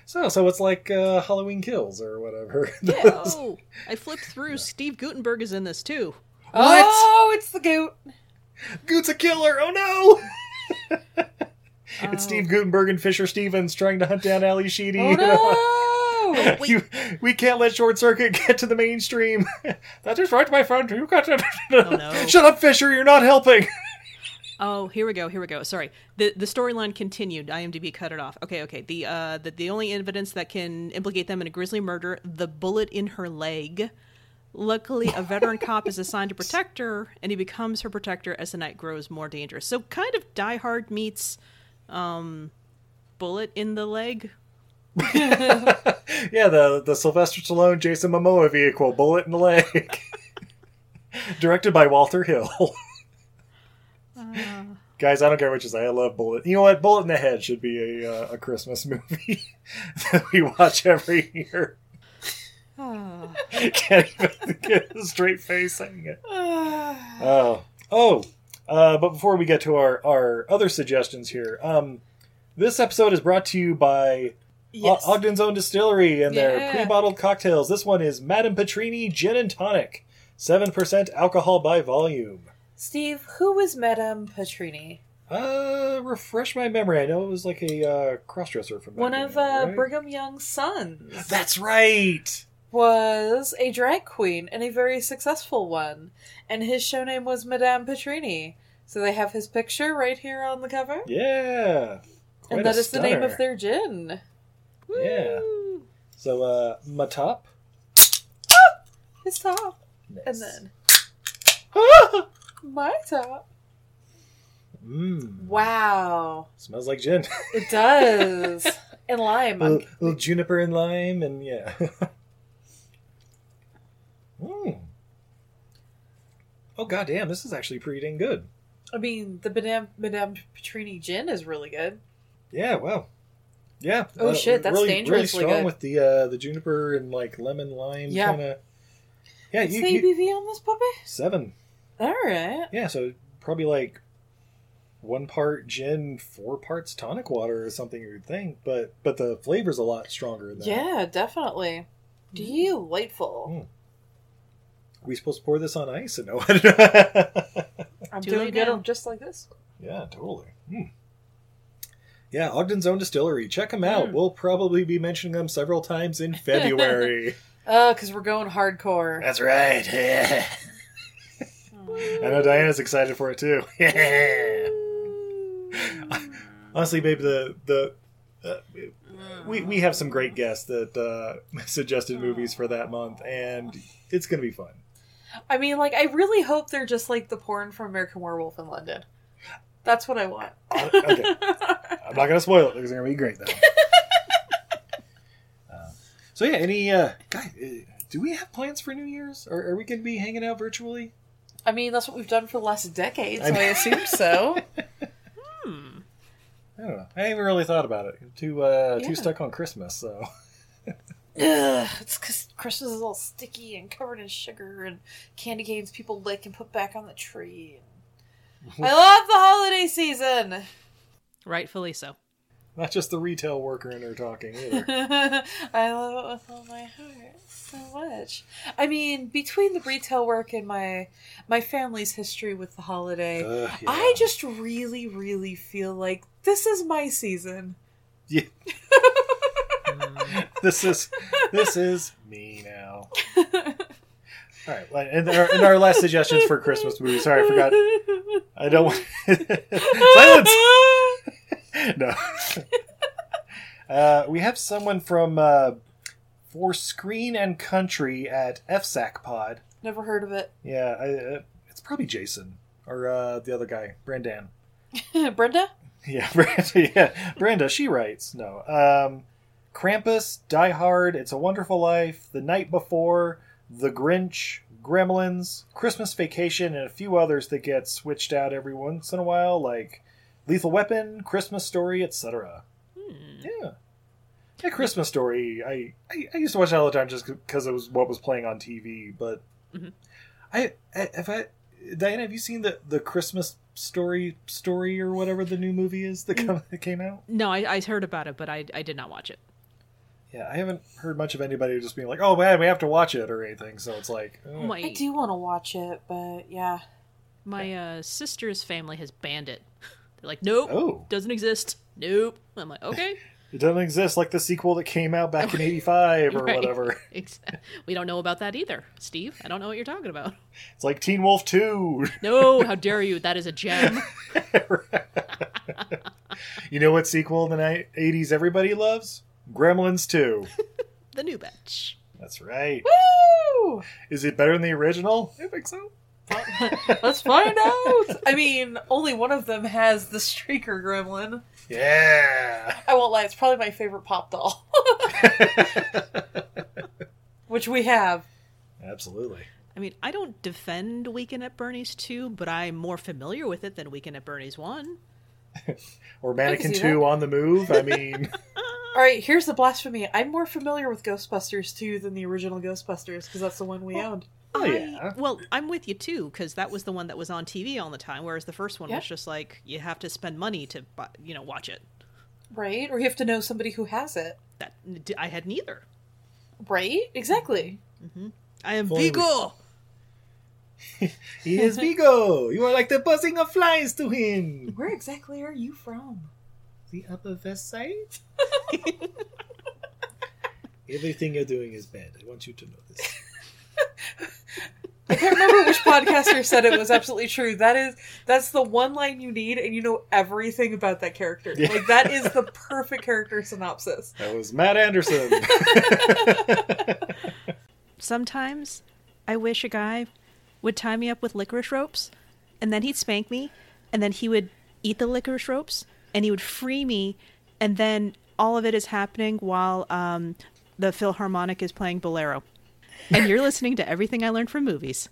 Speaker 4: So, so it's like uh, Halloween Kills or whatever.
Speaker 3: Oh, I flipped through. Steve Gutenberg is in this too.
Speaker 2: Oh, it's the goat.
Speaker 4: Goot's a killer! Oh no! it's Steve Gutenberg and Fisher Stevens trying to hunt down Ali Sheedy.
Speaker 2: Oh no!
Speaker 4: You- we can't let Short Circuit get to the mainstream. that is right, my friend. You got to.
Speaker 2: Oh,
Speaker 3: no.
Speaker 4: Shut up, Fisher. You're not helping.
Speaker 3: Oh, here we go. Here we go. Sorry. The the storyline continued. IMDb cut it off. Okay, okay. The uh the, the only evidence that can implicate them in a grisly murder, the bullet in her leg. Luckily, a veteran cop is assigned to protect her, and he becomes her protector as the night grows more dangerous. So kind of Die Hard meets um bullet in the leg.
Speaker 4: yeah, the the Sylvester Stallone, Jason Momoa vehicle, bullet in the leg, directed by Walter Hill. Guys, I don't care what you say. I love Bullet. You know what? Bullet in the Head should be a, uh, a Christmas movie that we watch every year.
Speaker 3: Ah.
Speaker 4: Can't even get a straight face saying it. Oh, oh. Uh, but before we get to our, our other suggestions here, um, this episode is brought to you by
Speaker 2: Yes.
Speaker 4: O- Ogden's Own Distillery and their
Speaker 2: Yeah.
Speaker 4: pre-bottled cocktails. This one is Madame Petrini Gin and Tonic, seven percent alcohol by volume.
Speaker 2: Steve, who is Madame Petrini?
Speaker 4: Uh, refresh my memory. I know it was like a uh, crossdresser from back
Speaker 2: One
Speaker 4: in
Speaker 2: of
Speaker 4: the day,
Speaker 2: uh,
Speaker 4: right?
Speaker 2: Brigham Young's sons
Speaker 4: That's right.
Speaker 2: was a drag queen and a very successful one, and his show name was Madame Petrini. So they have his picture right here on the cover,
Speaker 4: Yeah. Quite
Speaker 2: and
Speaker 4: a
Speaker 2: that is the name of
Speaker 4: stunner.
Speaker 2: their gin.
Speaker 4: Yeah. So, uh, Matop.
Speaker 2: His top,
Speaker 4: Nice.
Speaker 2: and then my top.
Speaker 4: Mmm.
Speaker 2: Wow,
Speaker 4: Smells like gin.
Speaker 2: it does. and lime.
Speaker 4: little, little juniper and lime, and yeah. mm. Oh goddamn, this is actually pretty dang good.
Speaker 2: I mean, the Madame Madame Petrini gin is really good.
Speaker 4: Yeah, wow. Yeah. Uh,
Speaker 2: Oh, shit, that's
Speaker 4: really, Really
Speaker 2: dangerously
Speaker 4: strong
Speaker 2: good.
Speaker 4: with the uh, the juniper and like lemon lime
Speaker 2: Yeah.
Speaker 4: kind of. Yeah,
Speaker 2: What's
Speaker 4: you,
Speaker 2: the
Speaker 4: you-
Speaker 2: ABV on this puppy?
Speaker 4: seven.
Speaker 2: All right.
Speaker 4: Yeah, so probably like one part gin, four parts tonic water or something. You would think, but but the flavor's a lot stronger. Than
Speaker 2: Yeah, definitely.
Speaker 4: Mm.
Speaker 2: Delightful.
Speaker 4: Are we supposed to pour this on ice? And no,
Speaker 2: I'm
Speaker 3: Do
Speaker 2: doing
Speaker 3: it
Speaker 2: good
Speaker 3: now.
Speaker 2: on just like this.
Speaker 4: Yeah, totally. Hmm. Yeah, Ogden's Own Distillery. Check them out. We'll probably be mentioning them several times in February.
Speaker 2: Uh, because we're going hardcore.
Speaker 4: That's right. I know Diana's excited for it too. Honestly, babe, the the uh, we we have some great guests that uh, suggested movies for that month, and it's gonna be fun.
Speaker 2: I mean, like, I really hope they're just like the porn from American Werewolf in London. That's what I want.
Speaker 4: okay. I'm not gonna spoil it because it's gonna be great though. Uh, so yeah, any uh, guy? Uh, do we have plans for New Year's? Or are we gonna be hanging out virtually?
Speaker 2: I mean, that's what we've done for the last decade, so
Speaker 4: I-
Speaker 2: I assume so.
Speaker 4: I don't know. I haven't really thought about it. Too uh,
Speaker 2: Yeah.
Speaker 4: too stuck on Christmas. So
Speaker 2: Ugh, it's because Christmas is all sticky and covered in sugar and candy canes people lick and put back on the tree. I love the holiday season.
Speaker 3: Rightfully so.
Speaker 4: not just the retail worker in there talking either.
Speaker 2: I love it with all my heart so much. I mean, between the retail work and my my family's history with the holiday,
Speaker 4: Ugh,
Speaker 2: I
Speaker 4: yeah.
Speaker 2: just really, really feel like this is my season.
Speaker 4: Yeah. this is this is me now. All right, well, and our, and our last suggestions for Christmas movies. Sorry, I forgot. I don't want silence. no. uh, we have someone from uh, for Screen and Country at FSAC Pod.
Speaker 2: Never heard of it.
Speaker 4: Yeah, I, uh, it's probably Jason or uh, the other guy, Brendan.
Speaker 2: Brenda?
Speaker 4: Yeah, Brenda. Yeah, Brenda. She writes. No, um, Krampus, Die Hard, It's a Wonderful Life, The Night Before, The Grinch, Gremlins, Christmas Vacation, and a few others that get switched out every once in a while, like Lethal Weapon, Christmas Story, etc. Yeah. Yeah, Christmas Story. I, I I used to watch that all the time just because it was what was playing on TV. But
Speaker 3: Mm-hmm.
Speaker 4: I, I if I Diana, have you seen the the Christmas Story story or whatever the new movie is
Speaker 3: Mm-hmm.
Speaker 4: that, come, that came out?
Speaker 3: No, I, I heard about it, but I, I did not watch it.
Speaker 4: Yeah, I haven't heard much of anybody just being like, "Oh man, we have to watch it" or anything. So it's like, eh.
Speaker 2: I
Speaker 3: My
Speaker 2: do want to watch it, but yeah.
Speaker 3: my uh, sister's family has banned it. They're like, nope,
Speaker 4: Oh.
Speaker 3: doesn't exist. Nope. I'm like, okay,
Speaker 4: it doesn't exist like the sequel that came out back in '85 or
Speaker 3: Right.
Speaker 4: whatever.
Speaker 3: Ex- we don't know about that either, Steve. I don't know what you're talking about.
Speaker 4: It's like Teen Wolf Two.
Speaker 3: No, how dare you? That is a gem.
Speaker 4: you know what sequel in the ni- '80s everybody loves? Gremlins Two.
Speaker 3: The new batch.
Speaker 4: That's right.
Speaker 2: Woo!
Speaker 4: Is it better than the original? I think so.
Speaker 2: Let's find out. I mean, only one of them has the streaker gremlin.
Speaker 4: Yeah.
Speaker 2: I won't lie, it's probably my favorite pop doll. Which we have.
Speaker 4: Absolutely.
Speaker 3: I mean, I don't defend Weekend at Bernie's 2, but I'm more familiar with it than Weekend at Bernie's 1.
Speaker 4: Or Mannequin
Speaker 2: see
Speaker 4: 2
Speaker 2: that.
Speaker 4: on the move. I mean,
Speaker 2: All right, here's the blasphemy. I'm more familiar with Ghostbusters 2 than the original Ghostbusters because that's the one we owned.
Speaker 4: oh yeah.
Speaker 3: Well, I'm with you too, because that was the one that was on TV all the time, whereas the first one
Speaker 2: Yeah.
Speaker 3: was just like, you have to spend money to, bu- you know, watch it.
Speaker 2: Right? Or you have to know somebody who has it.
Speaker 3: That I had neither.
Speaker 2: Right? Exactly.
Speaker 3: I am
Speaker 4: Fully-
Speaker 3: Vigo!
Speaker 4: He is Vigo. You are like the buzzing of flies to him.
Speaker 2: Where exactly are you from?
Speaker 4: The upper west side? Everything you're doing is bad. I want you to know this.
Speaker 2: I can't remember which podcaster said it was absolutely true. That is that's the one line you need and you know everything about that character.
Speaker 4: Yeah.
Speaker 2: Like that is the perfect character synopsis.
Speaker 4: That was Matt Anderson.
Speaker 3: Sometimes I wish a guy would tie me up with licorice ropes and then he'd spank me and then he would eat the licorice ropes and he would free me and then all of it is happening while um, the Philharmonic is playing Bolero. And you're listening to everything I learned from movies.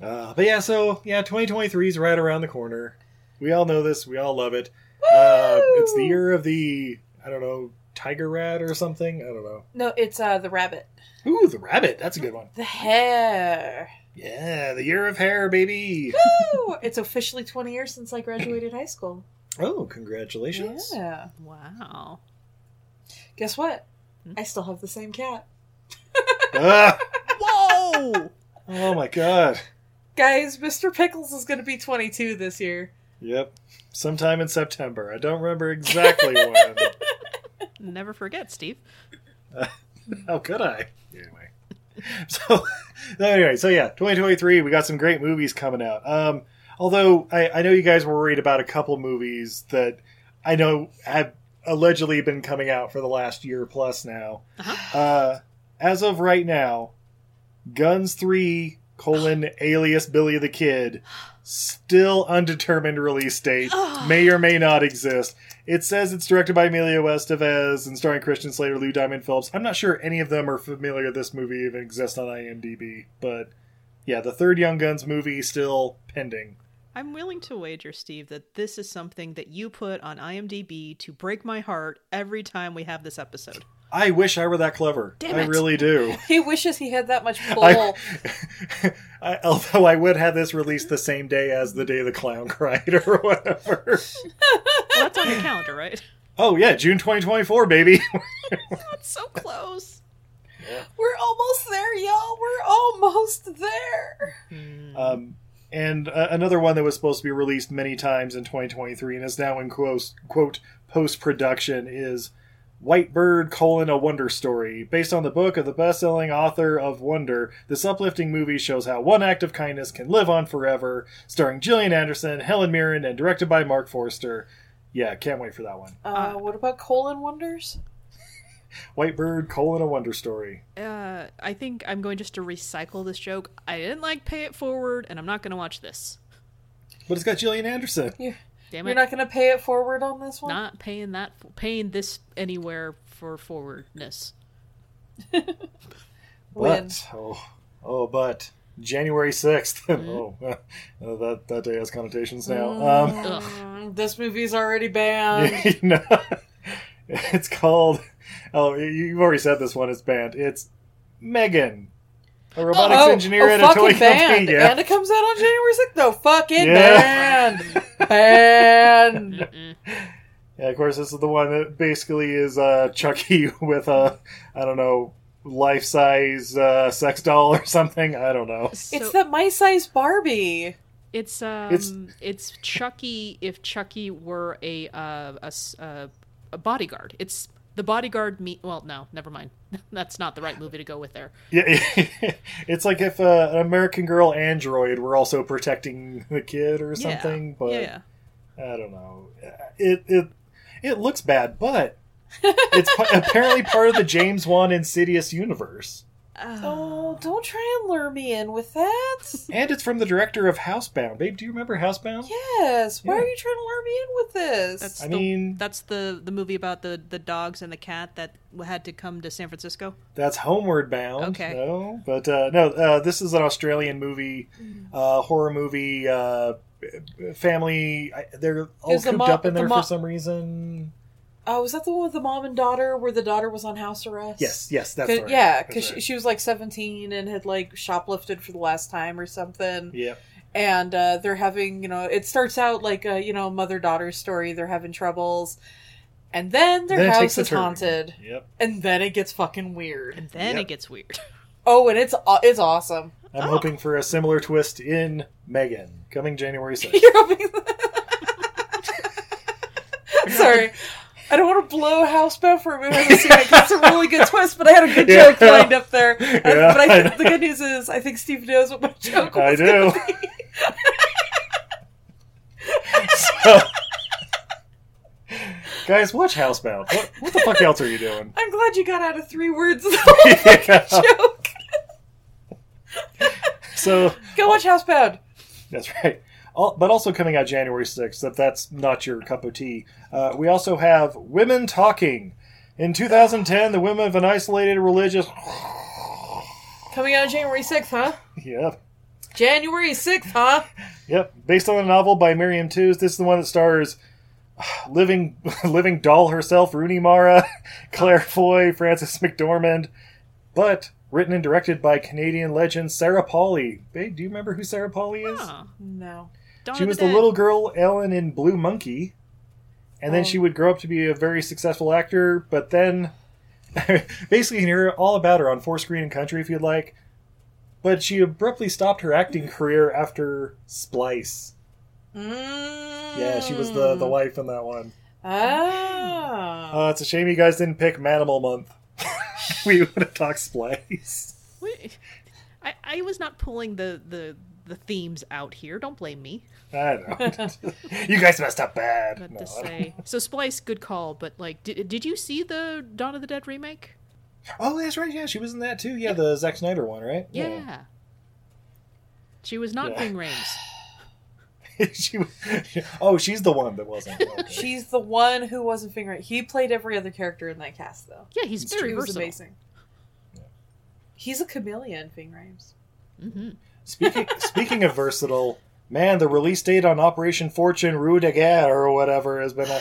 Speaker 4: Uh, but yeah, so yeah, 2023 is right around the corner. We all know this. We all love it. Uh, it's the year of the I don't know tiger rat or something. I don't know.
Speaker 2: No, it's uh the rabbit.
Speaker 4: Ooh, the rabbit. That's a good one.
Speaker 2: The hair.
Speaker 4: Yeah, the year of hair, baby.
Speaker 2: Woo! It's officially 20 years since I graduated high school.
Speaker 4: oh, congratulations.
Speaker 2: Yeah.
Speaker 3: Wow.
Speaker 2: Guess what? I still have the same cat.
Speaker 4: Ah,
Speaker 3: Whoa!
Speaker 4: oh my god.
Speaker 2: Guys, Mr. Pickles is going to be 22 this year.
Speaker 4: Yep. Sometime in September. I don't remember exactly when.
Speaker 3: Never forget, Steve.
Speaker 4: How could I? Anyway. So, so anyway, so yeah, 2023, we got some great movies coming out. Um, although I, I know you guys were worried about a couple movies that I know have allegedly been coming out for the last year plus now. uh as of right now, Guns Three colon alias Billy the Kid still undetermined release date may or may not exist. It says it's directed by Emilio Estevez and starring Christian Slater, Lou Diamond Phillips. I'm not sure any of them are familiar. This movie even exists on IMDb, but yeah, the third Young Guns movie still pending.
Speaker 3: I'm willing to wager, Steve, that this is something that you put on IMDb to break my heart every time we have this episode.
Speaker 4: I wish I were that clever.
Speaker 3: Damn
Speaker 4: I
Speaker 3: it.
Speaker 4: really do.
Speaker 2: He wishes he had that much pull.
Speaker 4: I, I, although I would have this released the same day as the day the clown cried or whatever.
Speaker 3: Well, that's on your calendar, right?
Speaker 4: Oh yeah, June 2024, baby.
Speaker 3: That's so close.
Speaker 2: We're almost there, y'all. We're almost there.
Speaker 4: um, and uh, another one that was supposed to be released many times in 2023 and is now in quote, quote post production is White Bird: colon, A Wonder Story, based on the book of the best-selling author of Wonder. This uplifting movie shows how one act of kindness can live on forever, starring Gillian Anderson, Helen Mirren, and directed by Mark Forster. Yeah, can't wait for that one.
Speaker 2: Uh, what about colon wonders?
Speaker 4: White Bird: colon, A Wonder Story.
Speaker 3: Uh, I think I'm going just to recycle this joke. I didn't like Pay It Forward, and I'm not going to watch this.
Speaker 4: But it's got Gillian Anderson.
Speaker 2: You,
Speaker 3: Damn
Speaker 2: you're
Speaker 3: it!
Speaker 2: not going to pay it forward on this one?
Speaker 3: Not paying that, paying this anywhere for forwardness.
Speaker 2: When?
Speaker 4: But oh, oh, but January sixth.
Speaker 2: Mm-hmm.
Speaker 4: oh, uh, that that day has connotations now. Um,
Speaker 3: Ugh.
Speaker 2: Mm, This movie's already banned.
Speaker 4: you know, it's called. Oh, you- you've already said this one. It's banned. It's Megan, a robotics
Speaker 2: Oh,
Speaker 4: engineer
Speaker 2: oh,
Speaker 4: at a
Speaker 2: fucking
Speaker 4: toy
Speaker 2: banned.
Speaker 4: company. Yeah.
Speaker 2: And it comes out on January 6th? No, fucking
Speaker 4: Yeah.
Speaker 2: banned. Banned.
Speaker 4: Yeah, of course, this is the one that basically is uh, Chucky with a, I don't know, life size uh, sex doll or something. I don't know.
Speaker 2: It's
Speaker 3: So-
Speaker 2: the my size Barbie.
Speaker 3: It's um,
Speaker 4: It's-
Speaker 3: it's, Chucky if Chucky were a uh, a, s- uh, a bodyguard. It's the bodyguard meet. Well, no, never mind. That's not the right movie to go with there.
Speaker 4: Yeah, it's like if uh, an American Girl android were also protecting the kid or something, but
Speaker 3: yeah,
Speaker 4: I don't know. It it it looks bad, but it's pa- apparently part of the James Wan Insidious universe.
Speaker 3: Um,
Speaker 2: Oh, don't try and lure me in with that.
Speaker 4: And it's from the director of Housebound. Babe, do you remember Housebound?
Speaker 2: Yes. Why
Speaker 4: Yeah.
Speaker 2: are you trying to lure me in with this?
Speaker 3: That's
Speaker 4: I
Speaker 3: the,
Speaker 4: mean-
Speaker 3: that's the the movie about the the dogs and the cat that had to come to San Francisco.
Speaker 4: That's Homeward Bound.
Speaker 3: Okay.
Speaker 4: No, but uh, no, uh, this is an Australian movie,
Speaker 3: Mm.
Speaker 4: uh, horror movie. Uh, family, I, they're all
Speaker 2: Is the
Speaker 4: cooped
Speaker 2: mo-
Speaker 4: up in
Speaker 2: the
Speaker 4: there
Speaker 2: mo-
Speaker 4: for some reason.
Speaker 2: oh, was that the one with the mom and daughter where the daughter was on house arrest?
Speaker 4: Yes, yes, that's
Speaker 2: 'Cause-
Speaker 4: right.
Speaker 2: yeah,
Speaker 4: That's
Speaker 2: because she,
Speaker 4: right.
Speaker 2: she was like 17 and had like shoplifted for the last time or something.
Speaker 4: yeah,
Speaker 2: and uh, they're having you know it starts out like a you know mother daughter story they're having troubles and then their
Speaker 4: Then it
Speaker 2: house
Speaker 4: takes a
Speaker 2: is
Speaker 4: turn.
Speaker 2: haunted
Speaker 4: yep.
Speaker 2: and then it gets fucking weird
Speaker 3: And then
Speaker 4: Yep.
Speaker 3: it gets weird.
Speaker 2: oh and it's aw- it's awesome
Speaker 4: I'm hoping for a similar twist in Megan coming January 6th.
Speaker 2: You're hoping- sorry I don't want to blow Housebound for a movie I haven't seen it 'cause it's a really good twist, but I had a good
Speaker 4: Yeah.
Speaker 2: joke lined up there. I-
Speaker 4: Yeah,
Speaker 2: but I
Speaker 4: I
Speaker 2: think the good news is I think Steve knows what my joke
Speaker 4: I
Speaker 2: was.
Speaker 4: do. so, guys, watch Housebound. What, what the fuck else are you doing?
Speaker 2: I'm glad you got out of three words the
Speaker 4: Yeah.
Speaker 2: joke.
Speaker 4: So
Speaker 2: Go watch Housebound.
Speaker 4: that's right. Al- But also coming out January 6th, if that's not your cup of tea, uh, we also have Women Talking. In 2010, the women of an isolated religious.
Speaker 2: Coming out January 6th, huh?
Speaker 4: yep.
Speaker 2: January 6th, huh?
Speaker 4: Yep, based on a novel by Miriam Tooze. This is the one that stars living living doll herself, Rooney Mara, Claire Foy, Frances McDormand, but written and directed by Canadian legend Sarah Pauli. Babe, do you remember who Sarah Pauli is?
Speaker 3: Huh.
Speaker 2: No.
Speaker 3: Dawn
Speaker 4: she
Speaker 3: of
Speaker 4: was the
Speaker 3: the Dead.
Speaker 4: little girl Ellen in Blue Monkey, and then
Speaker 2: Oh.
Speaker 4: she would grow up to be a very successful actor. But then, basically, you can hear all about her on Four Screen and Country if you'd like. But she abruptly stopped her acting career after Splice.
Speaker 3: Mm.
Speaker 4: Yeah, she was the the wife in that one.
Speaker 2: Ah.
Speaker 3: Oh.
Speaker 4: Uh, it's a shame you guys didn't pick Manimal Month. we would have talked Splice.
Speaker 3: Wait. I, I was not pulling the, the, the themes out here. Don't blame me.
Speaker 4: I don't know. you guys messed up bad.
Speaker 3: But
Speaker 4: No,
Speaker 3: to
Speaker 4: I don't-
Speaker 3: say, so Splice, good call. But like, did, did you see the Dawn of the Dead remake?
Speaker 4: Oh, that's right. Yeah, she was in that too. Yeah, the Zack Snyder one, right?
Speaker 3: Yeah. She was not
Speaker 4: Yeah.
Speaker 3: Ving Rhames.
Speaker 4: she was, oh, she's the one that wasn't. Okay.
Speaker 2: She's the one who wasn't fingering. He played every other character in that cast, though.
Speaker 3: Yeah, he's
Speaker 4: It's
Speaker 3: very
Speaker 2: He was
Speaker 3: versatile.
Speaker 2: amazing. He's a chameleon, Fing Rhymes.
Speaker 4: speaking speaking of versatile, man, the release date on Operation Fortune Rue de Guerre or whatever has been a.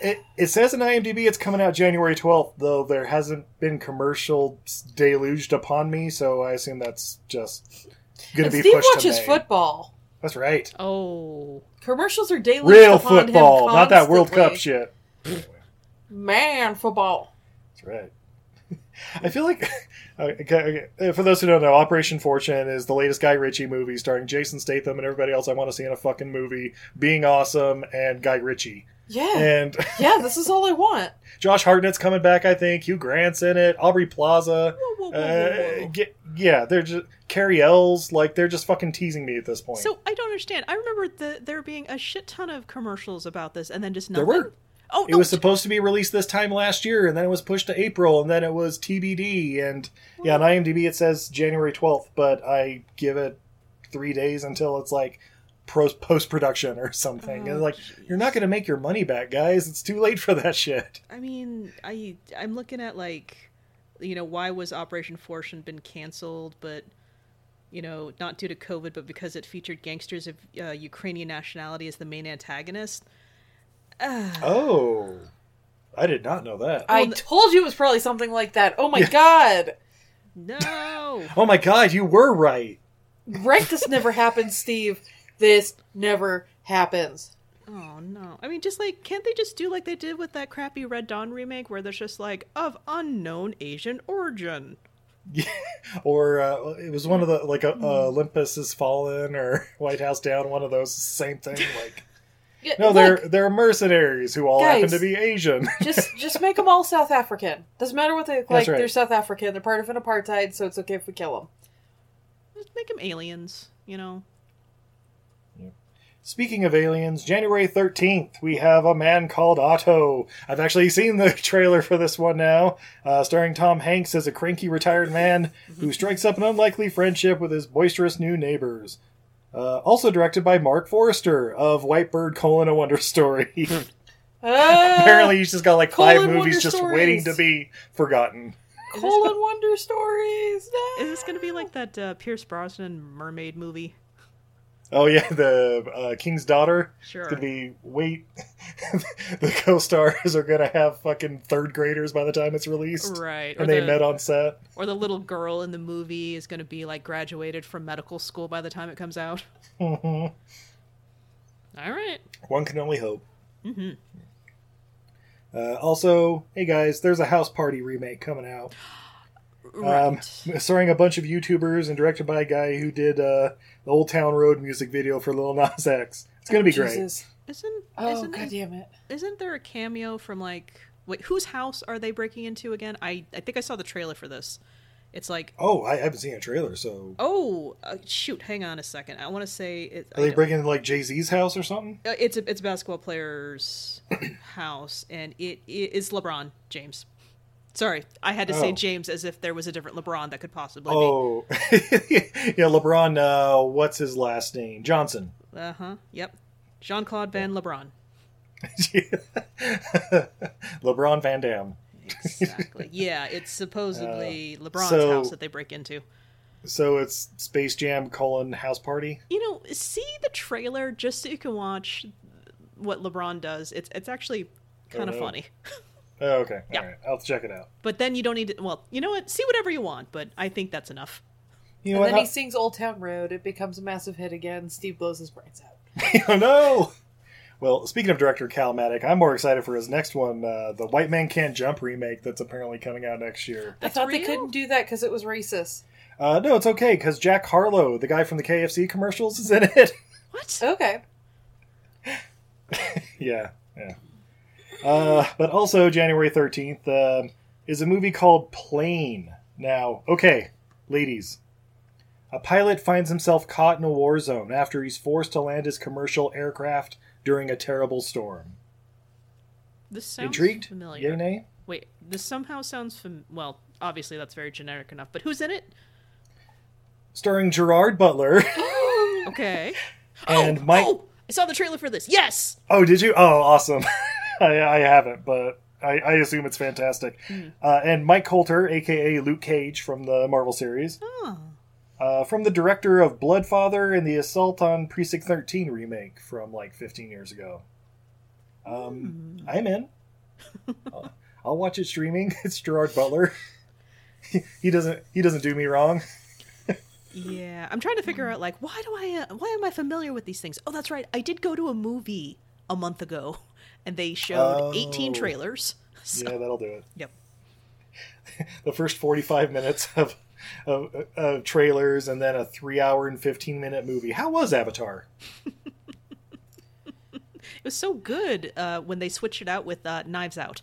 Speaker 4: It, it says in IMDb it's coming out January 12th, though there hasn't been commercials deluged upon me, so I assume that's just going to
Speaker 2: And
Speaker 4: be
Speaker 2: Steve
Speaker 4: pushed
Speaker 2: watches
Speaker 4: to May.
Speaker 2: football.
Speaker 4: That's right.
Speaker 3: Oh,
Speaker 2: Commercials are daily.
Speaker 4: Real football, not that World Cup shit.
Speaker 2: Man, football.
Speaker 4: That's right. I feel like, okay, okay, for those who don't know, Operation Fortune is the latest Guy Ritchie movie starring Jason Statham and everybody else I want to see in a fucking movie, being awesome, and Guy Ritchie.
Speaker 2: Yeah.
Speaker 4: And
Speaker 2: yeah, this is all I want.
Speaker 4: Josh Hartnett's coming back, I think. Hugh Grant's in it. Aubrey Plaza.
Speaker 2: whoa, whoa,
Speaker 4: Uh,
Speaker 2: whoa.
Speaker 4: ge- yeah, they're just Carrie Ells. Like they're just fucking teasing me at this point.
Speaker 3: so I don't understand. I remember the, there being a shit ton of commercials about this, and then just
Speaker 4: There
Speaker 3: nothing.
Speaker 4: were.
Speaker 3: Oh
Speaker 4: It
Speaker 3: no!
Speaker 4: was supposed to be released this time last year, and then it was pushed to April, and then it was TBD. And yeah, on IMDb it says January 12th, but I give it three days until it's like post production or something.
Speaker 2: Oh,
Speaker 4: and like, you're not going to make your money back, guys. It's too late for that shit.
Speaker 3: I mean, I I'm looking at like, you know, why was Operation Fortune been canceled? But you know, not due to COVID, but because it featured gangsters of uh, Ukrainian nationality as the main antagonist.
Speaker 4: Oh, I did not know that.
Speaker 2: I told you it was probably something like that. Oh my god.
Speaker 3: No.
Speaker 4: oh my god, you were right.
Speaker 2: Right? This never happens, Steve. This never happens.
Speaker 3: Oh no! I mean, just like, can't they just do like they did with that crappy Red Dawn remake, where there's just like of unknown Asian origin?
Speaker 4: Or uh, it was one of the like
Speaker 2: Hmm.
Speaker 4: uh, uh, Olympus has fallen or White House down. One of those same thing. Like
Speaker 2: Yeah,
Speaker 4: no,
Speaker 2: look,
Speaker 4: they're they're mercenaries who all happen
Speaker 2: Guys.
Speaker 4: to be Asian.
Speaker 2: just just make them all South African. Doesn't matter what they look
Speaker 4: That's
Speaker 2: like.
Speaker 4: right.
Speaker 2: They're South African. They're part of an apartheid, so it's okay if we kill them.
Speaker 3: Just make them aliens, you know?
Speaker 4: Speaking of aliens, January 13th, we have a man called Otto. I've actually seen the trailer for this one now, uh, starring Tom Hanks as a cranky retired man who strikes up an unlikely friendship with his boisterous new neighbors. Uh, also directed by Mark Forrester of White Bird: Colon A Wonder Story.
Speaker 2: Oh,
Speaker 4: Apparently, he's just got like five
Speaker 2: Colon Wonder
Speaker 4: movies just
Speaker 2: Stories.
Speaker 4: waiting to be forgotten.
Speaker 2: colon wonder stories.
Speaker 3: Is this going to be like that uh, Pierce Brosnan mermaid movie?
Speaker 4: Oh yeah, the uh, King's Daughter.
Speaker 3: Sure.
Speaker 4: It's gonna be wait. the co-stars are gonna have fucking third graders by the time it's released,
Speaker 3: Right.
Speaker 4: And
Speaker 3: or
Speaker 4: they
Speaker 3: the-
Speaker 4: met on set.
Speaker 3: Or the little girl in the movie is going to be like graduated from medical school by the time it comes out.
Speaker 4: Mhm.
Speaker 3: All right.
Speaker 4: One can only hope.
Speaker 3: Mm-hmm.
Speaker 4: Uh, also, hey guys, there's a House Party remake coming out, um,
Speaker 3: Right.
Speaker 4: starring a bunch of YouTubers and directed by a guy who did uh, the Old Town Road music video for Lil Nas X. It's gonna
Speaker 3: Oh,
Speaker 4: be great.
Speaker 2: Jesus.
Speaker 3: isn't
Speaker 2: Oh
Speaker 3: isn't,
Speaker 2: god damn it.
Speaker 3: isn't there a cameo from like wait whose house are they breaking into again? I I think I saw the trailer for this. It's like
Speaker 4: Oh, I haven't seen a trailer, so
Speaker 3: oh uh, shoot, hang on a second. I want to say it,
Speaker 4: are
Speaker 3: Oh, I
Speaker 4: they
Speaker 3: don't-
Speaker 4: breaking into like Jay Z's house or something?
Speaker 3: Uh, it's a it's a basketball player's house, and it is LeBron James. Sorry, I had to say
Speaker 4: Oh.
Speaker 3: James as if there was a different LeBron that could possibly
Speaker 4: Oh, yeah, LeBron. Uh, what's his last name? Johnson.
Speaker 3: be. Uh huh. Yep. Jean Claude Van LeBron.
Speaker 4: LeBron Van Dam.
Speaker 3: Exactly. yeah, it's supposedly LeBron's
Speaker 4: Uh, so-
Speaker 3: house that they break into.
Speaker 4: So it's Space Jam colon House Party.
Speaker 3: You know, see the trailer just so you can watch what LeBron does. It's it's actually kind of
Speaker 4: no.
Speaker 3: funny.
Speaker 4: Oh, okay, all right, I'll check it out.
Speaker 3: But then you don't need to. Well, you know what? See whatever you want, but I think that's enough.
Speaker 4: You know
Speaker 2: And then he
Speaker 4: what?
Speaker 2: sings Old Town Road. It becomes a massive hit again. Steve blows his brains out.
Speaker 4: oh no. Well, speaking of director Cal Maddock, I'm more excited for his next one, uh, the White Man Can't Jump remake that's apparently coming out next year.
Speaker 2: I thought they
Speaker 3: real?
Speaker 2: couldn't do that because it was racist.
Speaker 4: Uh, no, it's okay because Jack Harlow, the guy from the KFC commercials, is in it.
Speaker 3: What?
Speaker 2: Okay.
Speaker 4: Yeah, yeah. Uh, but also January thirteenth um is a movie called Plane. Now, okay, ladies, a pilot finds himself caught in a war zone after he's forced to land his commercial aircraft during a terrible storm.
Speaker 3: This sounds
Speaker 4: Intrigued?
Speaker 3: familiar.
Speaker 4: Yay, nay?
Speaker 3: Wait, this somehow sounds fam- well. Obviously, that's very generic enough. But who's in it?
Speaker 4: Starring Gerard Butler
Speaker 3: Okay.
Speaker 4: and Mike.
Speaker 3: Oh, I saw the trailer for this. Yes.
Speaker 4: Oh, did you? Oh, awesome. I, I haven't, but I, I assume it's fantastic.
Speaker 3: Hmm.
Speaker 4: Uh, and Mike Coulter, aka Luke Cage from the Marvel series.
Speaker 3: Oh.
Speaker 4: uh, from the director of Bloodfather and the Assault on Precinct 13 remake from like 15 years ago. Um,
Speaker 3: Hmm.
Speaker 4: I'm in. I'll- I'll watch it streaming. It's Gerard Butler. He- he doesn't. He doesn't do me wrong.
Speaker 3: Yeah, I'm trying to figure out like why do I uh, why am I familiar with these things? Oh, that's right. I did go to a movie a month ago, and they showed 18
Speaker 4: Oh.
Speaker 3: trailers. So,
Speaker 4: Yeah, that'll do it.
Speaker 3: Yep.
Speaker 4: The first 45 minutes of of, of trailers and then a three hour and 15 minute movie. How was Avatar?
Speaker 3: It was so good uh, when they switched it out with uh, Knives Out.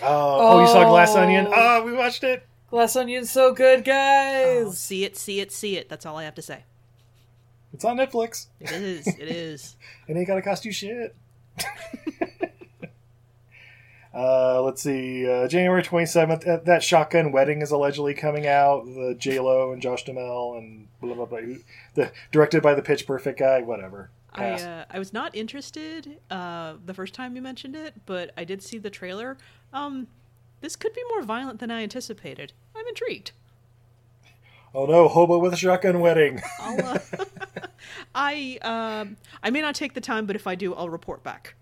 Speaker 4: Uh, oh, you saw Glass
Speaker 2: Oh.
Speaker 4: Onion. Ah, we watched it.
Speaker 2: Glass Onion's so good,
Speaker 3: Oh,
Speaker 2: guys.
Speaker 3: see it, see it, see it. That's all I have to say.
Speaker 4: It's on Netflix.
Speaker 3: It is. It is.
Speaker 4: It ain't gonna cost you shit. uh, let's see. Uh, January 27th, uh, that Shotgun Wedding is allegedly coming out. The J-Lo and Josh Duhamel and blah, blah, blah. The, directed by the Pitch Perfect guy, whatever.
Speaker 3: I
Speaker 4: Pass.
Speaker 3: uh, I was not interested uh, the first time you mentioned it, but I did see the trailer. Um, this could be more violent than I anticipated. I'm intrigued.
Speaker 4: Oh no, Hobo with a Shotgun Wedding.
Speaker 3: I'll, uh, I um, I may not take the time, but if I do, I'll report back.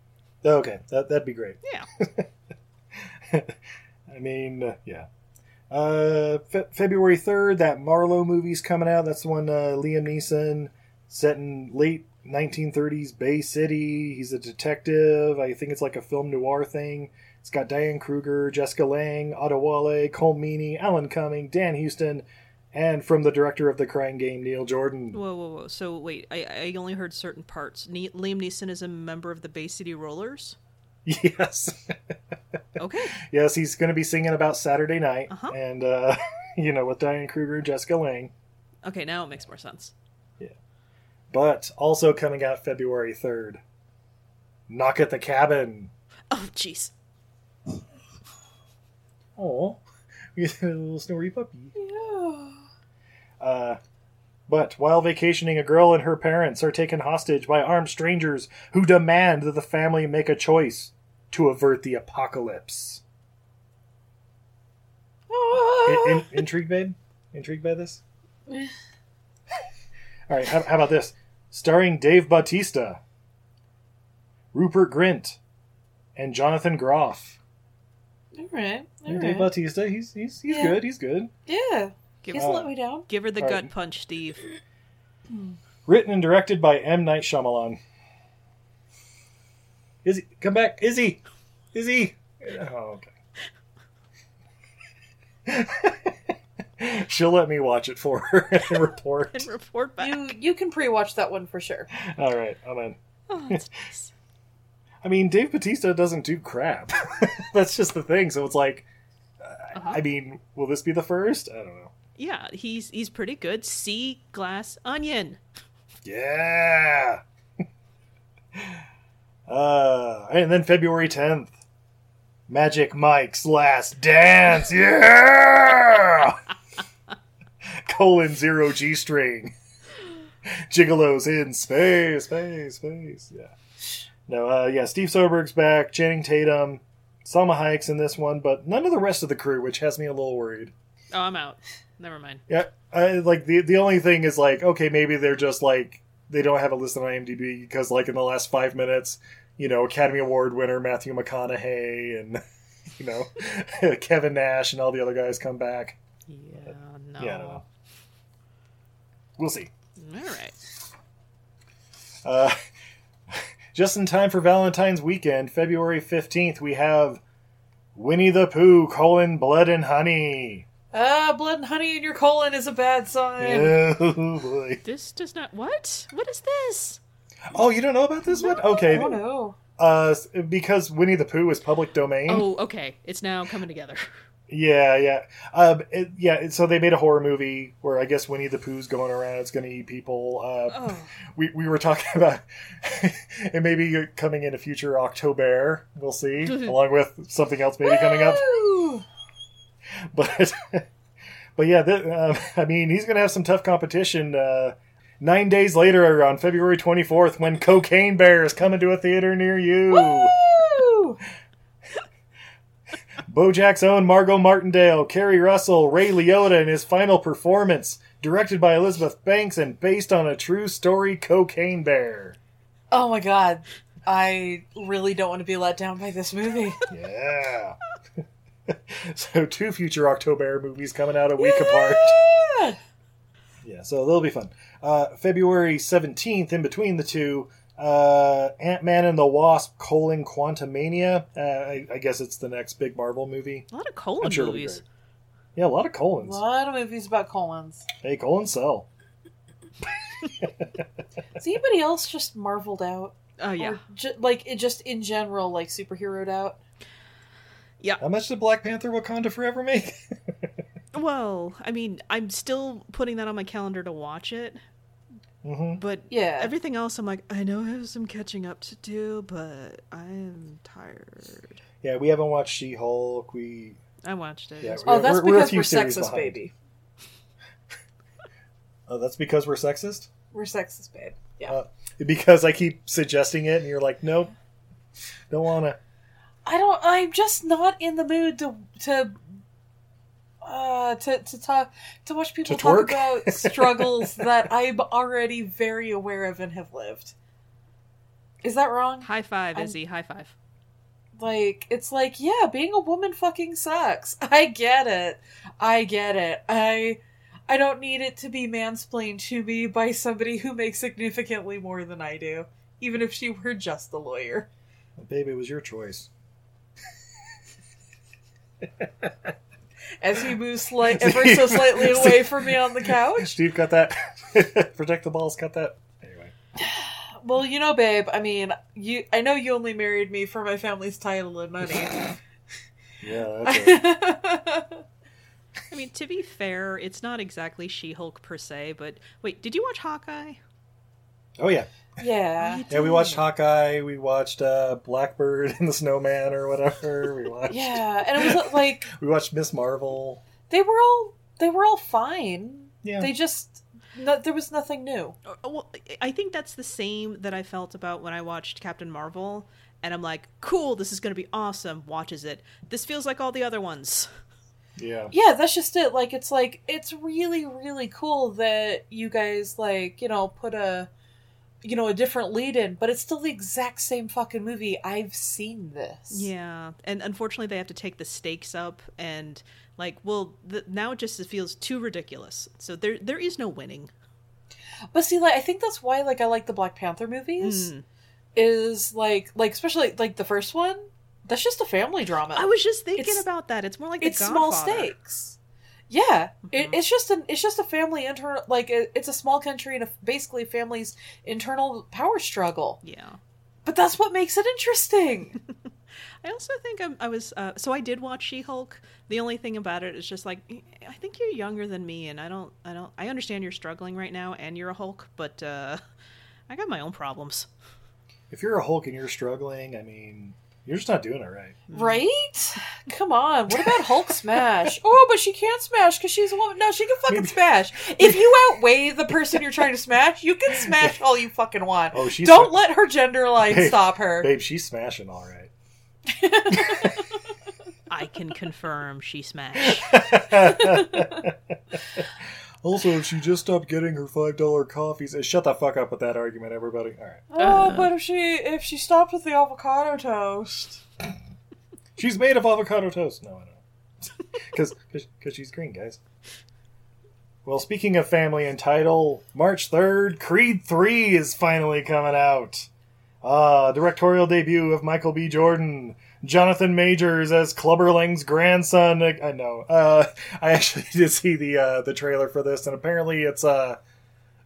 Speaker 4: okay, that, that'd be great.
Speaker 3: Yeah.
Speaker 4: I mean, uh, yeah. Uh, Fe- February 3rd, that Marlowe movie's coming out. That's the one uh, Liam Neeson set in late 1930s Bay City. He's a detective. I think it's like a film noir thing. It's got Diane Kruger, Jessica Lange, Otto Wale, Cole Meany, Alan Cumming, Dan Houston, and from the director of The Crying Game, Neil Jordan.
Speaker 3: Whoa, whoa, whoa. So wait, I, I only heard certain parts. Ne- Liam Neeson is a member of the Bay City Rollers.
Speaker 4: Yes.
Speaker 3: Okay.
Speaker 4: yes, he's going to be singing about Saturday night.
Speaker 3: Uh-huh.
Speaker 4: And, uh, you know, with Diane Kruger and Jessica Lange.
Speaker 3: Okay, now it makes more sense.
Speaker 4: But also coming out February 3rd, Knock at the Cabin.
Speaker 3: Oh, jeez.
Speaker 4: Oh, we get a little snowy puppy.
Speaker 2: Yeah.
Speaker 4: Uh, but while vacationing, a girl and her parents are taken hostage by armed strangers who demand that the family make a choice to avert the apocalypse.
Speaker 2: Ah.
Speaker 4: In- in- intrigued, babe? Intrigued by this? All right, how, how about this? Starring Dave Bautista, Rupert Grint, and Jonathan Groff.
Speaker 2: all right. All
Speaker 4: Yeah,
Speaker 2: right.
Speaker 4: Dave Bautista, he's he's he's
Speaker 2: Yeah.
Speaker 4: good. He's good.
Speaker 2: yeah. He
Speaker 3: Give,
Speaker 2: hasn't
Speaker 4: Uh,
Speaker 2: let me down.
Speaker 3: give her the
Speaker 4: Alright.
Speaker 3: gut punch, Steve.
Speaker 4: Written and directed by M. Night Shyamalan. Izzy, come back, Izzy, Izzy. Oh, okay. She'll let me watch it for her and report.
Speaker 3: And report back.
Speaker 2: You you can pre-watch that one for sure.
Speaker 4: All right, I'm in.
Speaker 3: Oh, that's nice.
Speaker 4: I mean, Dave Batista doesn't do crap. That's just the thing. So it's like, uh,
Speaker 3: Uh-huh.
Speaker 4: I mean, will this be the first? I don't know.
Speaker 3: Yeah, he's he's pretty good. Sea glass onion.
Speaker 4: Yeah. uh, and then February 10th, Magic Mike's Last Dance. Yeah. Colon zero G string. Gigolos in space, space, space. Yeah. No, uh, yeah. Steve Soberg's back. Channing Tatum. Salma Hayek's in this one, but none of the rest of the crew, which has me a little worried.
Speaker 3: Oh, I'm out. Never mind.
Speaker 4: Yeah, I, like the the only thing is like okay, maybe they're just like they don't have a list on IMDb because like in the last five minutes, you know, Academy Award winner Matthew McConaughey and you know Kevin Nash and all the other guys come back.
Speaker 3: Yeah, no.
Speaker 4: Yeah, I don't know. We'll see.
Speaker 3: All right.
Speaker 4: Uh, just in time for Valentine's weekend, February fifteenth, we have Winnie the Pooh: colon Blood and Honey.
Speaker 2: Ah, blood and honey in your colon is a bad sign.
Speaker 4: Oh boy!
Speaker 3: This does not. What? What is this?
Speaker 4: Oh, you don't know about this one? Okay,
Speaker 2: Oh no.
Speaker 4: uh, because Winnie the Pooh is public domain.
Speaker 3: Oh, okay. It's now coming together.
Speaker 4: Yeah, yeah, um, it, yeah. it- So they made a horror movie where I guess Winnie the Pooh's going around. It's going to eat people. Uh,
Speaker 2: Oh.
Speaker 4: We we were talking about, and maybe coming in a future October, we'll see, along with something else maybe coming up.
Speaker 2: Ooh.
Speaker 4: But but yeah, th- um, I mean he's going to have some tough competition. Uh, nine days later, on February twenty fourth, when Cocaine Bear is coming to a theater near you.
Speaker 2: Ooh.
Speaker 4: Bojack's own Margot Martindale, Kerry Russell, Ray Liotta in his final performance, directed by Elizabeth Banks and based on a true story Cocaine Bear.
Speaker 2: Oh my god. I really don't want to be let down by this movie.
Speaker 4: Yeah. so two future October movies coming out a week apart.
Speaker 2: Yeah.
Speaker 4: Yeah, so they'll be fun. Uh, February 17th, in between the two, uh, Ant-Man and the Wasp, colon Quantumania. Uh, I, I guess it's the next big Marvel movie.
Speaker 3: A lot of colon
Speaker 4: I'm sure it'll be
Speaker 3: movies.
Speaker 4: great. Yeah, a lot of
Speaker 2: A
Speaker 4: colons.
Speaker 2: lot of movies about colons.
Speaker 4: Hey, colon sell.
Speaker 2: Is anybody else just marveled out?
Speaker 3: Oh yeah.
Speaker 2: Or ju- like it just in general, like superheroed out.
Speaker 4: How much did Black Panther Wakanda Forever make?
Speaker 3: Well, I mean, I'm still putting that on my calendar to watch it,
Speaker 4: mm-hmm.
Speaker 3: but
Speaker 2: Yeah.
Speaker 3: everything else, I'm like, I know I have some catching up to do, but I am tired.
Speaker 4: Yeah, we haven't watched She Hulk. We
Speaker 3: I watched it.
Speaker 4: Yeah,
Speaker 3: It's-
Speaker 4: we-
Speaker 2: oh, that's
Speaker 4: we're- we're a
Speaker 2: because
Speaker 4: few
Speaker 2: we're
Speaker 4: series
Speaker 2: sexist,
Speaker 4: behind.
Speaker 2: baby.
Speaker 4: oh, that's because we're sexist.
Speaker 2: We're sexist, babe. Yeah.
Speaker 4: Uh, because I keep suggesting it, and you're like, nope, don't wanna.
Speaker 2: I don't. I'm just not in the mood to to uh to to talk to watch people
Speaker 4: To
Speaker 2: talk
Speaker 4: twerk?
Speaker 2: about struggles that I'm already very aware of and have lived. Is that wrong?
Speaker 3: High five,
Speaker 2: I'm-
Speaker 3: Izzy. High five.
Speaker 2: Like it's like yeah, being a woman fucking sucks. I get it. I get it. I I don't need it to be mansplained to me by somebody who makes significantly more than I do, even if she were just a lawyer.
Speaker 4: Baby, it was your choice.
Speaker 2: As he moves slight ever so slightly away from me on the couch.
Speaker 4: Steve got that. Protect the balls. Cut that. Anyway,
Speaker 2: Well, you know, babe, I mean, you I know you only married me for my family's title and money.
Speaker 4: yeah, that's it.
Speaker 2: I
Speaker 3: I mean, to be fair, it's not exactly She Hulk per se, but wait, did you watch Hawkeye?
Speaker 4: Oh yeah,
Speaker 2: Yeah.
Speaker 4: yeah. We watched Hawkeye. We watched uh, Blackbird and the Snowman or whatever. We watched.
Speaker 2: Yeah. And it was like
Speaker 4: We watched Miss Marvel.
Speaker 2: they were all they were all fine.
Speaker 4: Yeah.
Speaker 2: They just no, there was nothing new.
Speaker 3: Uh, well, I think that's the same that I felt about when I watched Captain Marvel, and I'm like, cool, this is going to be awesome. Watches it. This feels like all the other ones.
Speaker 4: Yeah.
Speaker 2: Yeah, that's just it. Like it's like it's really really cool that you guys like, you know, put a you know, a different lead in, but it's still the exact same fucking movie. I've seen this.
Speaker 3: Yeah, and unfortunately, they have to take the stakes up, and like, well, th- now it just feels too ridiculous. So there, there is no winning.
Speaker 2: But see, like I think that's why like I like the Black Panther
Speaker 3: Hmm.
Speaker 2: movies
Speaker 3: Mm.
Speaker 2: is like like especially like the first one. That's just a family drama.
Speaker 3: I was just
Speaker 2: Uh,
Speaker 3: thinking
Speaker 2: It's-
Speaker 3: about that. It's more like
Speaker 2: it's
Speaker 3: the
Speaker 2: small
Speaker 3: Godfather.
Speaker 2: stakes. Yeah, it, it's just an it's just a family internal like it, it's a small country and a, basically a family's internal power struggle.
Speaker 3: Yeah.
Speaker 2: But that's what makes it interesting.
Speaker 3: I also think I'm, I was uh, so I did watch She Hulk. The only thing about it is just like I think you're younger than me, and I don't I don't I understand you're struggling right now, and you're a Hulk, but uh, I got my own problems.
Speaker 4: If you're a Hulk and you're struggling, I mean, you're just not doing it right.
Speaker 2: right? Come on. What about Hulk smash? Oh, but she can't smash because she's a woman. No, she can fucking smash. If you outweigh the person you're trying to smash, you can smash all you fucking want.
Speaker 4: Oh, she's
Speaker 2: Don't
Speaker 4: fuck-
Speaker 2: let her gender line
Speaker 4: Hey,
Speaker 2: stop her.
Speaker 4: Babe, she's smashing all right.
Speaker 3: I can confirm she smashed.
Speaker 4: Also, if she just stopped getting her five dollar coffees, eh, shut the fuck up with that argument, everybody. All right,
Speaker 2: Oh, but if she if she stopped with the avocado toast.
Speaker 4: she's made of avocado toast. No, I don't. Because because she's green, guys. Well, speaking of family and title, March third, Creed three is finally coming out. Uh, directorial debut of Michael B. Jordan. Jonathan Majors as Clubberling's grandson. I I know. Uh, I actually did see the uh, the trailer for this, and apparently it's uh,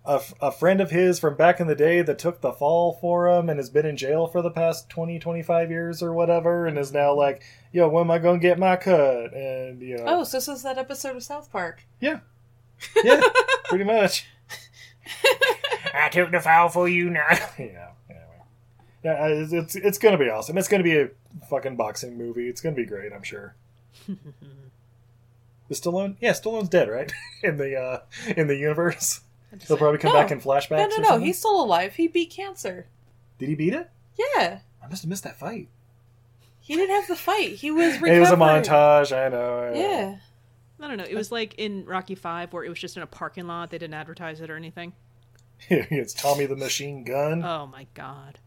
Speaker 4: a, f- a friend of his from back in the day that took the fall for him and has been in jail for the past 20, 25 years or whatever, and is now like, yo, when am I going to get my cut? And, you know.
Speaker 2: Oh, so this is that episode of South Park.
Speaker 4: Yeah. Yeah, pretty much. I took the fall for you now. yeah, anyway. Yeah, I- it's, it's, it's going to be awesome. It's going to be a fucking boxing movie. It's going to be great, I'm sure. Is Stallone? Yeah, Stallone's dead, right? in the uh, in the universe. He'll probably come
Speaker 2: No.
Speaker 4: back in flashbacks.
Speaker 2: No,
Speaker 4: or
Speaker 2: no, no.
Speaker 4: something?
Speaker 2: He's still alive. He beat cancer.
Speaker 4: Did he beat it?
Speaker 2: Yeah.
Speaker 4: I must have missed that fight.
Speaker 2: He didn't have the fight. He was recovering.
Speaker 4: It was a montage. I know. I know.
Speaker 2: Yeah.
Speaker 3: I don't know. It was like in Rocky Five where it was just in a parking lot. They didn't advertise it or anything.
Speaker 4: it's Tommy the Machine Gun,
Speaker 2: Uh.
Speaker 3: Oh my god.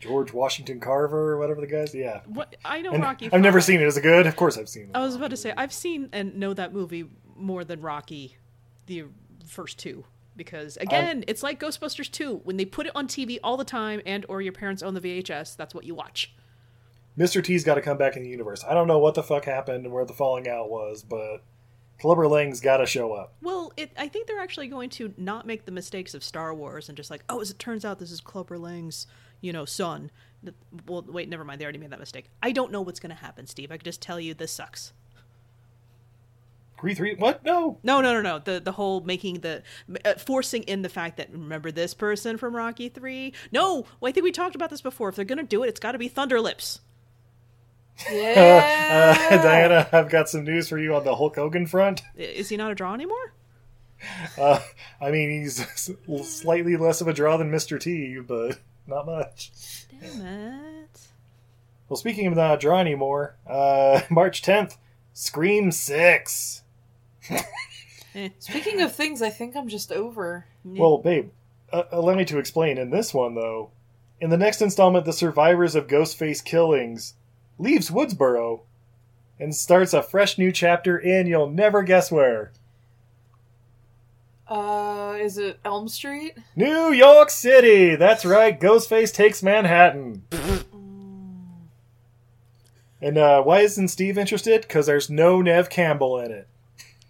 Speaker 4: George Washington Carver, or whatever the guys. Yeah.
Speaker 3: What I know
Speaker 4: And
Speaker 3: Rocky. Oh.
Speaker 4: I've never
Speaker 3: V.
Speaker 4: seen it. Is it good? Of course, I've seen it.
Speaker 3: I was about to say I've seen and know that movie more than Rocky, the first two, because again, it's like Ghostbusters two when they put it on TV all the time, and or your parents own the VHS, that's what you watch.
Speaker 4: Mr. T's got to come back in the universe. I don't know what the fuck happened and where the falling out was, but Clubberling's got to show up.
Speaker 3: Well, it, I think they're actually going to not make the mistakes of Star Wars and just like, oh, as it turns out, this is Clover Lang's, you know, son. Th- Well, wait, never mind. They already made that mistake. I don't know what's going to happen, Steve. I could just tell you this sucks.
Speaker 4: Creed three? What? No.
Speaker 3: No, no, no, no. The the whole making the uh, forcing in the fact that remember this person from Rocky Three. No, well, I think we talked about this before. If they're gonna do it, it's got to be Thunderlips.
Speaker 2: Yeah.
Speaker 4: Uh, Diana, I've got some news for you on the Hulk Hogan front.
Speaker 3: I- Is he not a draw anymore?
Speaker 4: Uh, I mean, he's slightly less of a draw than Mr. T, but not much.
Speaker 3: Damn it!
Speaker 4: Well, speaking of not a draw anymore, uh, March 10th, Scream 6.
Speaker 3: Eh.
Speaker 2: Speaking of things, I think I'm just over.
Speaker 4: Well, babe, uh, allow me to explain. In this one, though, in the next installment, the survivors of Ghostface killings leaves Woodsboro and starts a fresh new chapter in you'll never guess where
Speaker 2: Uh, is it Elm Street?
Speaker 4: New York City. That's right. Ghostface takes Manhattan. and uh, why isn't Steve interested? Because there's no Nev Campbell in it.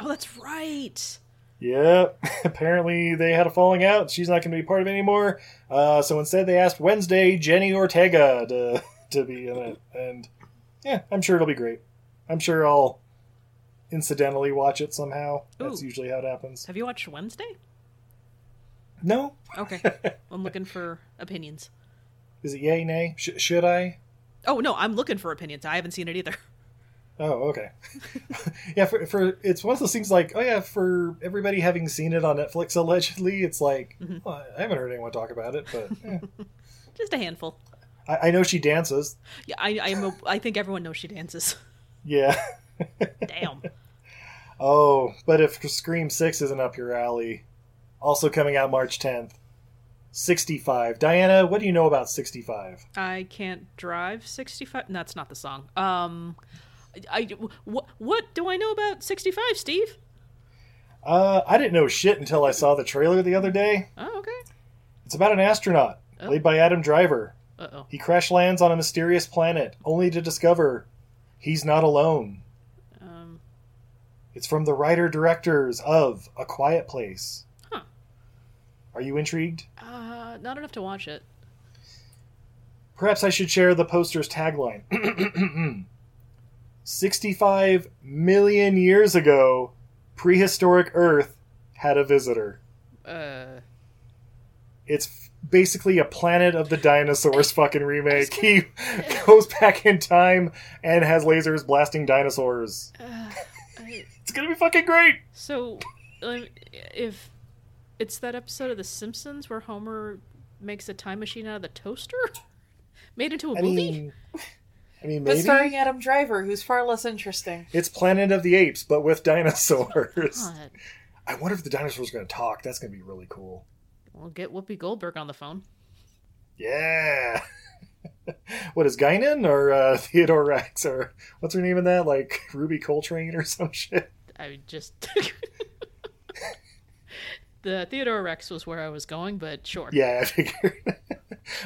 Speaker 3: Oh, that's right.
Speaker 4: Yep. Apparently they had a falling out. She's not going to be part of it anymore. Uh, so instead, they asked Wednesday Jenny Ortega to to be in it, and yeah, I'm sure it'll be great. I'm sure I'll incidentally watch it somehow. That's
Speaker 3: Ooh.
Speaker 4: usually how it happens.
Speaker 3: Have you watched Wednesday?
Speaker 4: No?
Speaker 3: Okay. I'm looking for opinions.
Speaker 4: Is it yay, nay? Sh- should I?
Speaker 3: Oh no, I'm looking for opinions. I haven't seen it either.
Speaker 4: Oh, okay. yeah, for, for it's one of those things like, oh yeah, for everybody having seen it on Netflix allegedly, it's like well, I haven't heard anyone talk about it, but eh.
Speaker 3: Just a handful.
Speaker 4: I, I know she dances.
Speaker 3: Yeah, I I'm a, I think everyone knows she dances.
Speaker 4: Yeah.
Speaker 3: Damn.
Speaker 4: Oh, but if Scream Six isn't up your alley, also coming out March tenth, sixty-five. Diana, what do you know about sixty-five?
Speaker 3: I can't drive 65. No, that's not the song. Um I, what what do I know about 65, Steve?
Speaker 4: Uh, I didn't know shit until I saw the trailer the other day.
Speaker 3: Oh, okay.
Speaker 4: It's about an astronaut played by Adam Driver.
Speaker 3: Uh-oh.
Speaker 4: He crash lands on a mysterious planet, only to discover he's not alone.
Speaker 3: Um
Speaker 4: It's from the writer directors of A Quiet Place.
Speaker 3: Huh.
Speaker 4: Are you intrigued?
Speaker 3: uh not enough to watch it.
Speaker 4: Perhaps I should share the poster's tagline. 65 million years ago, prehistoric Earth had a visitor.
Speaker 3: Uh
Speaker 4: It's f- basically a Planet of the Dinosaurs fucking remake. He goes back in time and has lasers blasting dinosaurs.
Speaker 3: I,
Speaker 4: It's gonna be fucking great!
Speaker 3: so um, if it's that episode of the Simpsons where Homer makes a time machine out of the toaster made into a
Speaker 4: I
Speaker 3: movie?
Speaker 4: mean, I mean,
Speaker 2: But
Speaker 4: maybe
Speaker 2: starring Adam Driver, who's far less interesting.
Speaker 4: it's Planet of the Apes, but with dinosaurs.
Speaker 3: God.
Speaker 4: I wonder if the dinosaurs are gonna talk. That's gonna be really cool.
Speaker 3: We'll get Whoopi Goldberg on the phone.
Speaker 4: Yeah. what is Guinan or uh, Theodore Rex or what's her name in that? Like Ruby Coltrane or some shit.
Speaker 3: I just the Theodore Rex was where I was going, but sure.
Speaker 4: Yeah, I figured.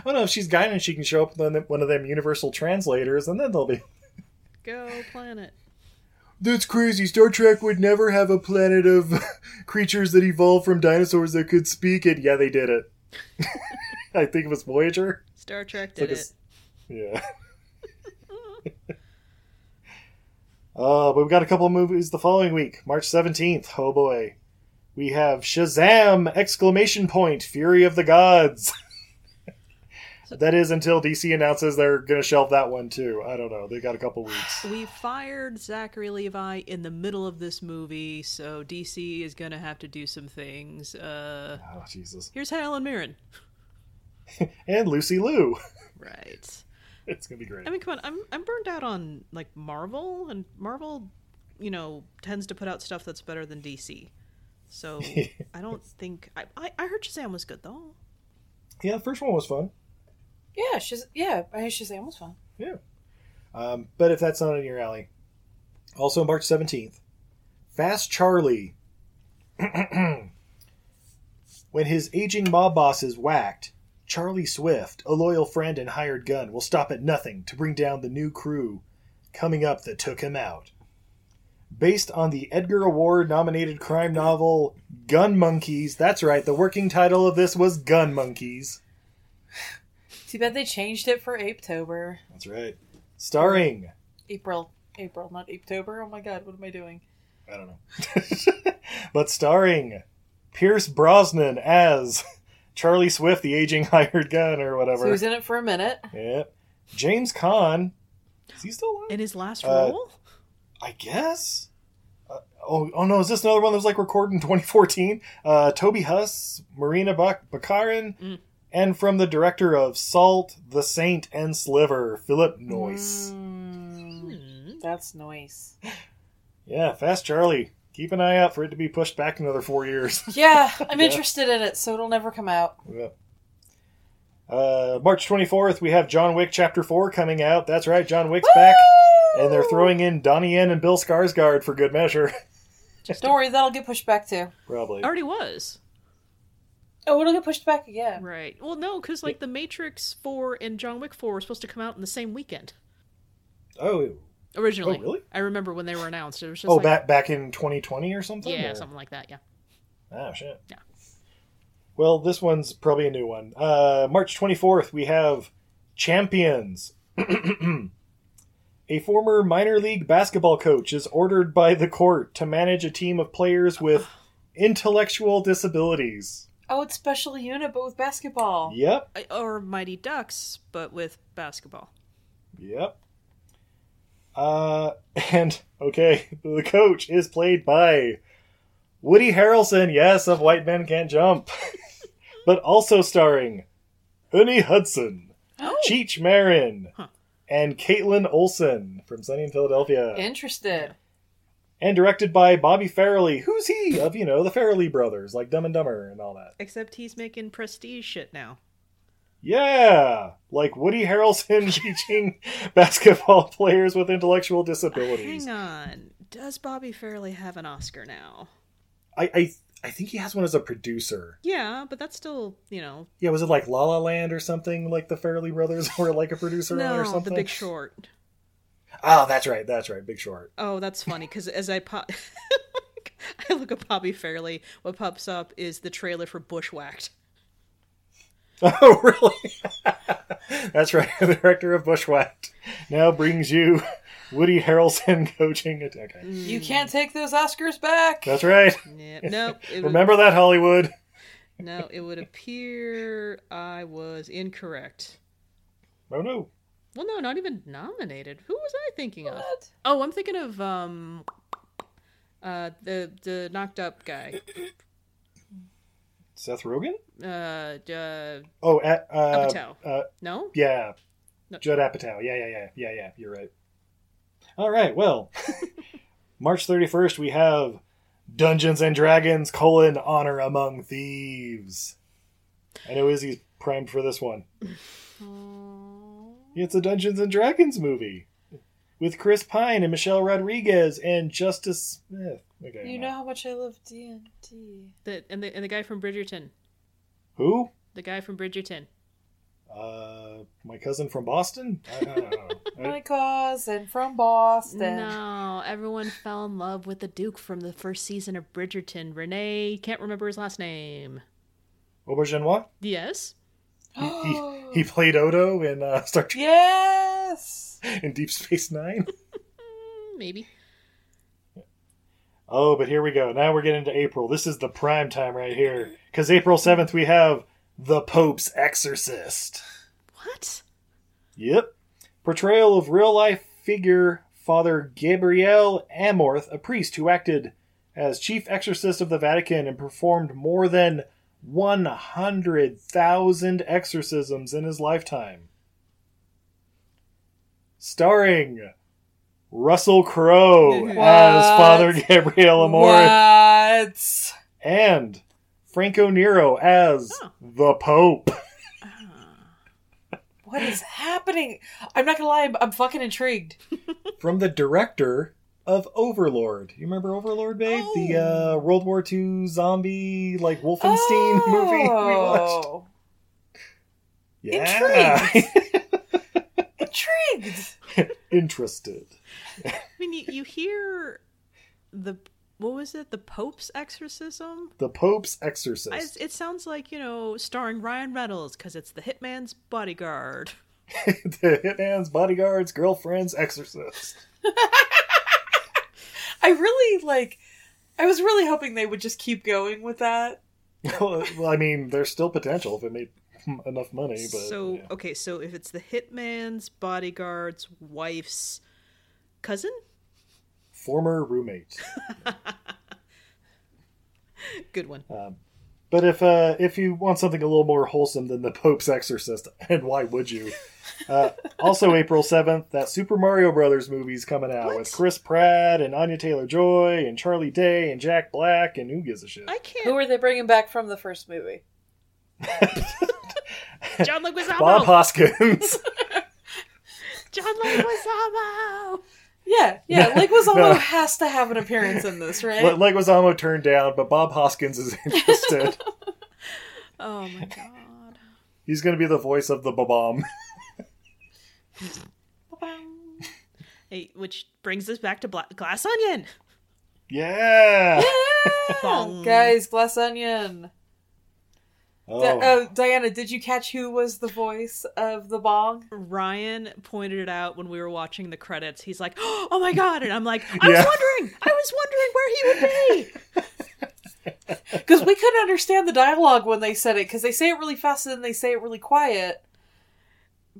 Speaker 4: oh no, if she's Guinan, she can show up on one of them universal translators, and then they'll be.
Speaker 3: Go planet.
Speaker 4: That's crazy. Star Trek would never have a planet of creatures that evolved from dinosaurs that could speak. And yeah, they did it. I think it was Voyager.
Speaker 3: Star Trek
Speaker 4: like
Speaker 3: did
Speaker 4: a
Speaker 3: it.
Speaker 4: s- Yeah. uh, but we've got a couple of movies the following week, March 17th. Oh boy. We have Shazam! Exclamation point, Fury of the Gods. that is until DC announces they're going to shelve that one too. I don't know. They got a couple weeks.
Speaker 3: We fired Zachary Levi in the middle of this movie, so DC is going to have to do some things. Uh,
Speaker 4: Oh, Jesus.
Speaker 3: here's Helen Mirren.
Speaker 4: And Lucy Liu.
Speaker 3: Right.
Speaker 4: It's going to be great.
Speaker 3: I mean, come on. I'm I'm burned out on like Marvel, and Marvel, you know, tends to put out stuff that's better than DC. So I don't think I, I I heard Shazam was good though.
Speaker 4: yeah, the first one was fun.
Speaker 2: Yeah, she's yeah, I Shazam was fun.
Speaker 4: Yeah. Um, but if that's not in your alley. Also, March 17th, Fast Charlie. when his aging mob boss is whacked, Charlie Swift, a loyal friend and hired gun, will stop at nothing to bring down the new crew coming up that took him out. Based on the Edgar Award nominated crime novel Gun Monkeys, that's right, the working title of this was Gun Monkeys.
Speaker 2: Too bad they changed it for Apetober.
Speaker 4: That's right. Starring
Speaker 2: April. April, not Apetober. Oh my god, what am I doing?
Speaker 4: I don't know. but starring Pierce Brosnan as Charlie Swift, the aging hired gun, or
Speaker 2: So he
Speaker 4: whatever.
Speaker 2: was in it for a minute.
Speaker 4: yeah. James Caan. Is he still alive?
Speaker 3: In his last
Speaker 4: Uh,
Speaker 3: role,
Speaker 4: I guess. Uh, oh, oh no! Is this another one that was like recorded in 2014? Uh, Toby Huss, Marina Bak- Bakarin, and from the director of Salt, The Saint, and Sliver, Philip Noyce.
Speaker 2: That's nice.
Speaker 4: Yeah, Fast Charlie. Keep an eye out for it to be pushed back another four years.
Speaker 2: Yeah, I'm interested in it, so it'll never come out.
Speaker 4: Yeah. Uh, March 24th, we have John Wick Chapter 4 coming out. That's right, John Wick's back. And they're throwing in Donnie Yen and Bill Skarsgård for good measure.
Speaker 2: Don't worry, that'll get pushed back too.
Speaker 4: Probably.
Speaker 3: already was.
Speaker 2: Oh, it'll get pushed back again.
Speaker 3: Right. Well, no, because like the Matrix Four and John Wick Four were supposed to come out in the same weekend
Speaker 4: Oh,
Speaker 3: originally.
Speaker 4: Oh, really?
Speaker 3: I remember when they were announced. It was just
Speaker 4: oh
Speaker 3: like,
Speaker 4: back, back in 2020 or something?
Speaker 3: yeah,
Speaker 4: or-
Speaker 3: something like that. Yeah.
Speaker 4: Oh, shit.
Speaker 3: Yeah.
Speaker 4: Well, this one's probably a new one. Uh, March 24th, we have Champions. a former minor league basketball coach is ordered by the court to manage a team of players with intellectual disabilities.
Speaker 2: Oh, it's special unit, but with basketball.
Speaker 4: Yep.
Speaker 3: I- Or Mighty Ducks, but with basketball.
Speaker 4: Yep. Uh, and okay, the coach is played by Woody Harrelson, yes, of White Men Can't Jump, but also starring Ernie Hudson, Cheech Marin, and Caitlin Olsen from Sunny in Philadelphia,
Speaker 2: Interested.
Speaker 4: and directed by Bobby Farrelly, who's he of you know the Farrelly brothers, like Dumb and Dumber and all that.
Speaker 3: Except he's making prestige shit now.
Speaker 4: Yeah, like Woody Harrelson teaching basketball players with intellectual disabilities.
Speaker 3: Hang on. Does Bobby Fairley have an Oscar now?
Speaker 4: I, I I think he has one as a producer.
Speaker 3: Yeah, but that's still, you know,
Speaker 4: Yeah, was it like La La Land or something? Like the Fairley Brothers were like a producer on
Speaker 3: no,
Speaker 4: or something.
Speaker 3: The Big Short.
Speaker 4: Oh, that's right, that's right, Big Short.
Speaker 3: Oh, that's funny because as I pop, I look at Bobby Fairley. What pops up is the trailer for Bushwhacked.
Speaker 4: Oh, really? that's right. The director of Bushwhacked now brings you Woody Harrelson coaching. it. Okay,
Speaker 2: You can't take those Oscars back.
Speaker 4: that's right.
Speaker 3: Yeah, no, it would,
Speaker 4: Remember that Hollywood.
Speaker 3: no, it would appear I was incorrect.
Speaker 4: Oh no.
Speaker 3: Well, no, not even nominated. Who was I thinking of? Oh, I'm thinking of um, uh, the the knocked up guy.
Speaker 4: Seth Rogen?
Speaker 3: Uh, uh
Speaker 4: Oh, at, uh,
Speaker 3: Apatow.
Speaker 4: uh,
Speaker 3: no,
Speaker 4: yeah,
Speaker 3: No.
Speaker 4: Judd Apatow. Yeah, yeah, yeah, yeah, yeah. You're right. All right. Well, March 31st, we have Dungeons and Dragons: colon Honor Among Thieves. I know Izzy's primed for this one. It's a Dungeons and Dragons movie with Chris Pine and Michelle Rodriguez and Justice Smith. Okay,
Speaker 2: You
Speaker 4: no.
Speaker 2: know how much I love D&D.
Speaker 3: the and the and the guy from Bridgerton.
Speaker 4: who?
Speaker 3: The guy from Bridgerton.
Speaker 4: Uh, my cousin from Boston. I, I don't know. I-
Speaker 2: My cousin from Boston.
Speaker 3: No, everyone fell in love with the Duke from the first season of Bridgerton. Renee can't remember his last name.
Speaker 4: Auberginois.
Speaker 3: Yes.
Speaker 4: He- he, he played Odo in uh, Star Trek
Speaker 2: Yes!
Speaker 4: in Deep Space Nine.
Speaker 3: Mm, Maybe.
Speaker 4: Oh, but here we go. Now we're getting to April. This is the prime time right here. Because April 7th, we have The Pope's Exorcist.
Speaker 3: What?
Speaker 4: Yep. Portrayal of real life figure Father Gabriel Amorth, a priest who acted as chief exorcist of the Vatican and performed more than 100,000 exorcisms in his lifetime. Starring Russell Crowe as Father Gabriel Amorth
Speaker 2: What?
Speaker 4: and Franco Nero as the Pope.
Speaker 2: What is happening? I'm not gonna lie, I'm, I'm fucking intrigued.
Speaker 4: from the director of Overlord. You remember Overlord, babe?
Speaker 3: Oh.
Speaker 4: The uh, World War II zombie, like Wolfenstein movie we watched.
Speaker 2: Oh.
Speaker 4: Yeah.
Speaker 2: Intrigued!
Speaker 4: Interested.
Speaker 3: I mean, you, you hear the what was it? The Pope's exorcism.
Speaker 4: The Pope's
Speaker 3: I,
Speaker 4: Exorcist.
Speaker 3: it sounds like you know, starring Ryan Reynolds because it's the hitman's bodyguard.
Speaker 4: the hitman's bodyguard's girlfriend's exorcist.
Speaker 2: I really, like, I was really hoping they would just keep going with that.
Speaker 4: well, I mean, there's still potential if it made enough money, but
Speaker 3: so
Speaker 4: yeah.
Speaker 3: okay, so if it's the hitman's bodyguard's wife's cousin,
Speaker 4: former roommate.
Speaker 3: good one.
Speaker 4: Uh. But if uh, if you want something a little more wholesome than the Pope's Exorcist, and why would you? Uh, also, April seventh, that Super Mario Brothers movie's coming out with Chris Pratt and Anya Taylor Joy and Charlie Day and Jack Black and who gives a shit?
Speaker 3: I can't.
Speaker 2: Who are they bringing back from the first movie?
Speaker 3: John Leguizamo.
Speaker 4: Bob Hoskins.
Speaker 3: John Leguizamo.
Speaker 2: Yeah, yeah, like Leguizamo
Speaker 4: No.
Speaker 2: has to have an appearance in this, right?
Speaker 4: Le- Leguizamo turned down, but Bob Hoskins is interested.
Speaker 3: Oh my god.
Speaker 4: He's going to be the voice of the Babam.
Speaker 3: Hey, which brings us back to Bla- Glass Onion.
Speaker 4: Yeah.
Speaker 2: Yeah. Guys, Glass Onion.
Speaker 4: Oh,
Speaker 2: Di- uh, Diana, did you catch who was the voice of the bong?
Speaker 3: Ryan pointed it out when we were watching the credits. He's like, "Oh my god!" And I'm like, "I
Speaker 4: Yeah.
Speaker 3: was wondering. I was wondering where he would be."
Speaker 2: Because we couldn't understand the dialogue when they said it, because they say it really fast and then they say it really quiet.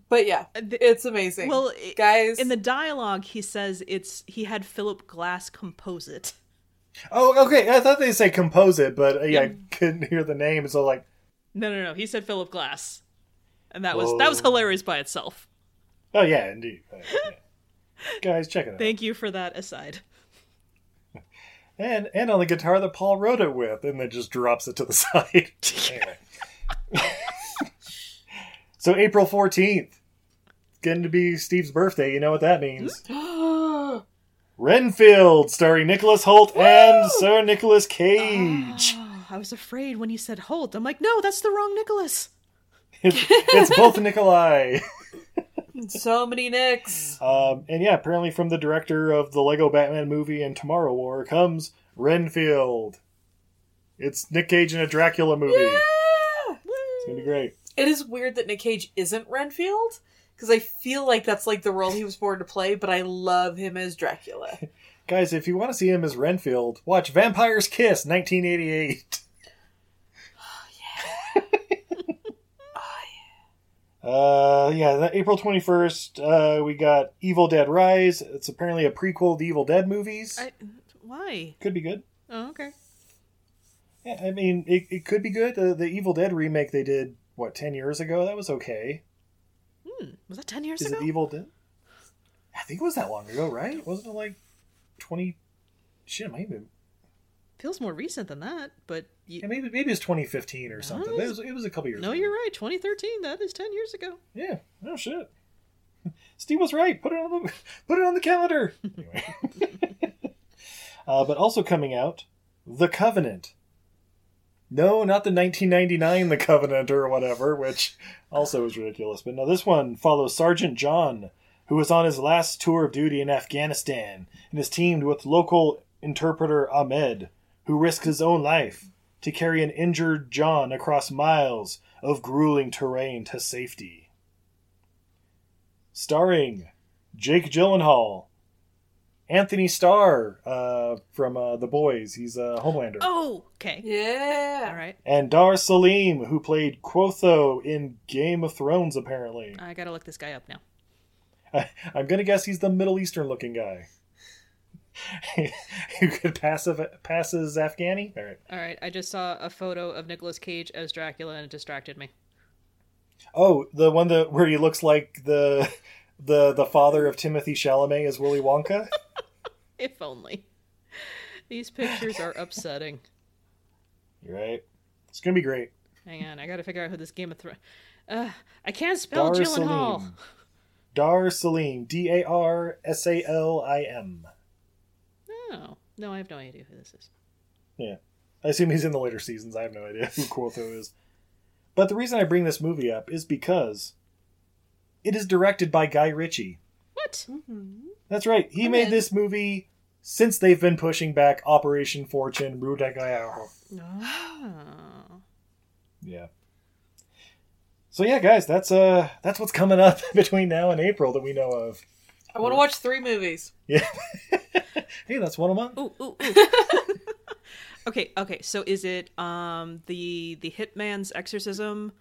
Speaker 2: But yeah, it's amazing.
Speaker 3: Uh, Well, i-
Speaker 2: guys,
Speaker 3: in the dialogue, he says it's he had Philip Glass compose it.
Speaker 4: Oh, okay. I thought they say compose it, but uh, yeah, I couldn't hear the name, so like,
Speaker 3: No, no, no. He said Philip Glass, and that was that was hilarious by itself.
Speaker 4: oh yeah, indeed. Uh, yeah. Guys, check it out.
Speaker 3: Thank you for that aside.
Speaker 4: and and on the guitar that Paul wrote it with, and then just drops it to the side. Anyway. so April fourteenth, getting to be Steve's birthday. You know what that means? Renfield, starring Nicholas Holt and Sir Nicholas Cage.
Speaker 3: Oh, I was afraid when you said Holt. I'm like, no, that's the wrong Nicholas.
Speaker 4: It's, it's both Nikolai.
Speaker 2: so many nicks.
Speaker 4: Um, and yeah, apparently from the director of the Lego Batman movie and Tomorrow War comes Renfield. It's Nick Cage in a Dracula movie. It's gonna be great.
Speaker 2: It is weird that Nick Cage isn't Renfield because I feel like that's like the role he was born to play. But I love him as Dracula.
Speaker 4: Guys, if you want to see him as Renfield, watch Vampire's Kiss 1988.
Speaker 3: Oh,
Speaker 4: Uh yeah, that April twenty first. Uh, we got Evil Dead Rise. It's apparently a prequel to the Evil Dead movies.
Speaker 3: I, why?
Speaker 4: Could be good.
Speaker 3: Oh, okay.
Speaker 4: Yeah, I mean, it, it could be good. Uh, the Evil Dead remake they did, what, 10 years ago? That was okay.
Speaker 3: Was that ten years
Speaker 4: Is
Speaker 3: ago?
Speaker 4: it Evil Dead? I think it was that long ago, right? Wasn't it like 20. Shit, maybe,
Speaker 3: Feels more recent than that, but you,
Speaker 4: yeah, maybe, maybe it was 2015 or something.
Speaker 3: Nice.
Speaker 4: It, was, it was a couple years
Speaker 3: no,
Speaker 4: ago.
Speaker 3: you're right. 2013. That is ten years ago.
Speaker 4: Yeah, no shit. Steve was right. Put it on the put it on the calendar. Anyway. uh, but also coming out, The Covenant. No, not the 1999 The Covenant or whatever, which also is ridiculous. But no, this one follows Sergeant John, who was on his last tour of duty in Afghanistan and is teamed with local interpreter Ahmed, who risks his own life to carry an injured John across miles of grueling terrain to safety starring Jake Gyllenhaal, Anthony Starr uh, from uh, The Boys. He's a uh, Homelander,
Speaker 3: Oh, okay. All
Speaker 2: Yeah,
Speaker 3: right.
Speaker 4: and Dar Salim, who played Quotho in Game of Thrones. Apparently,
Speaker 3: I gotta look this guy up now.
Speaker 4: I, I'm gonna guess he's the Middle Eastern-looking guy who could pass passes Afghani. All right.
Speaker 3: All right. I just saw a photo of Nicolas Cage as Dracula, and it distracted me.
Speaker 4: Oh, the one that where he looks like the the the father of Timothy Chalamet is Willy Wonka.
Speaker 3: If only. These pictures are upsetting.
Speaker 4: You're right. It's gonna be great.
Speaker 3: Hang on, I gotta figure out who this Game of Thrones. Uh, I can't spell
Speaker 4: Dar
Speaker 3: Gyllenhaal.
Speaker 4: Salim. Dar Salim. D A R S A L I M.
Speaker 3: No, Oh, no, I have no idea who this is.
Speaker 4: Yeah. I assume he's in the later seasons. I have no idea who Quotho is. But the reason I bring this movie up is because it is directed by Guy Ritchie.
Speaker 3: What?
Speaker 4: That's right. He made this movie since they've been pushing back Operation Fortune, Rue de Guerre.
Speaker 3: Oh.
Speaker 4: Yeah. So yeah, guys, that's uh that's what's coming up between now and April that we know of.
Speaker 2: I want to watch three movies.
Speaker 4: Yeah. hey, that's one a month.
Speaker 3: Ooh, ooh, ooh. okay, okay. So is it um the the hitman's exorcism?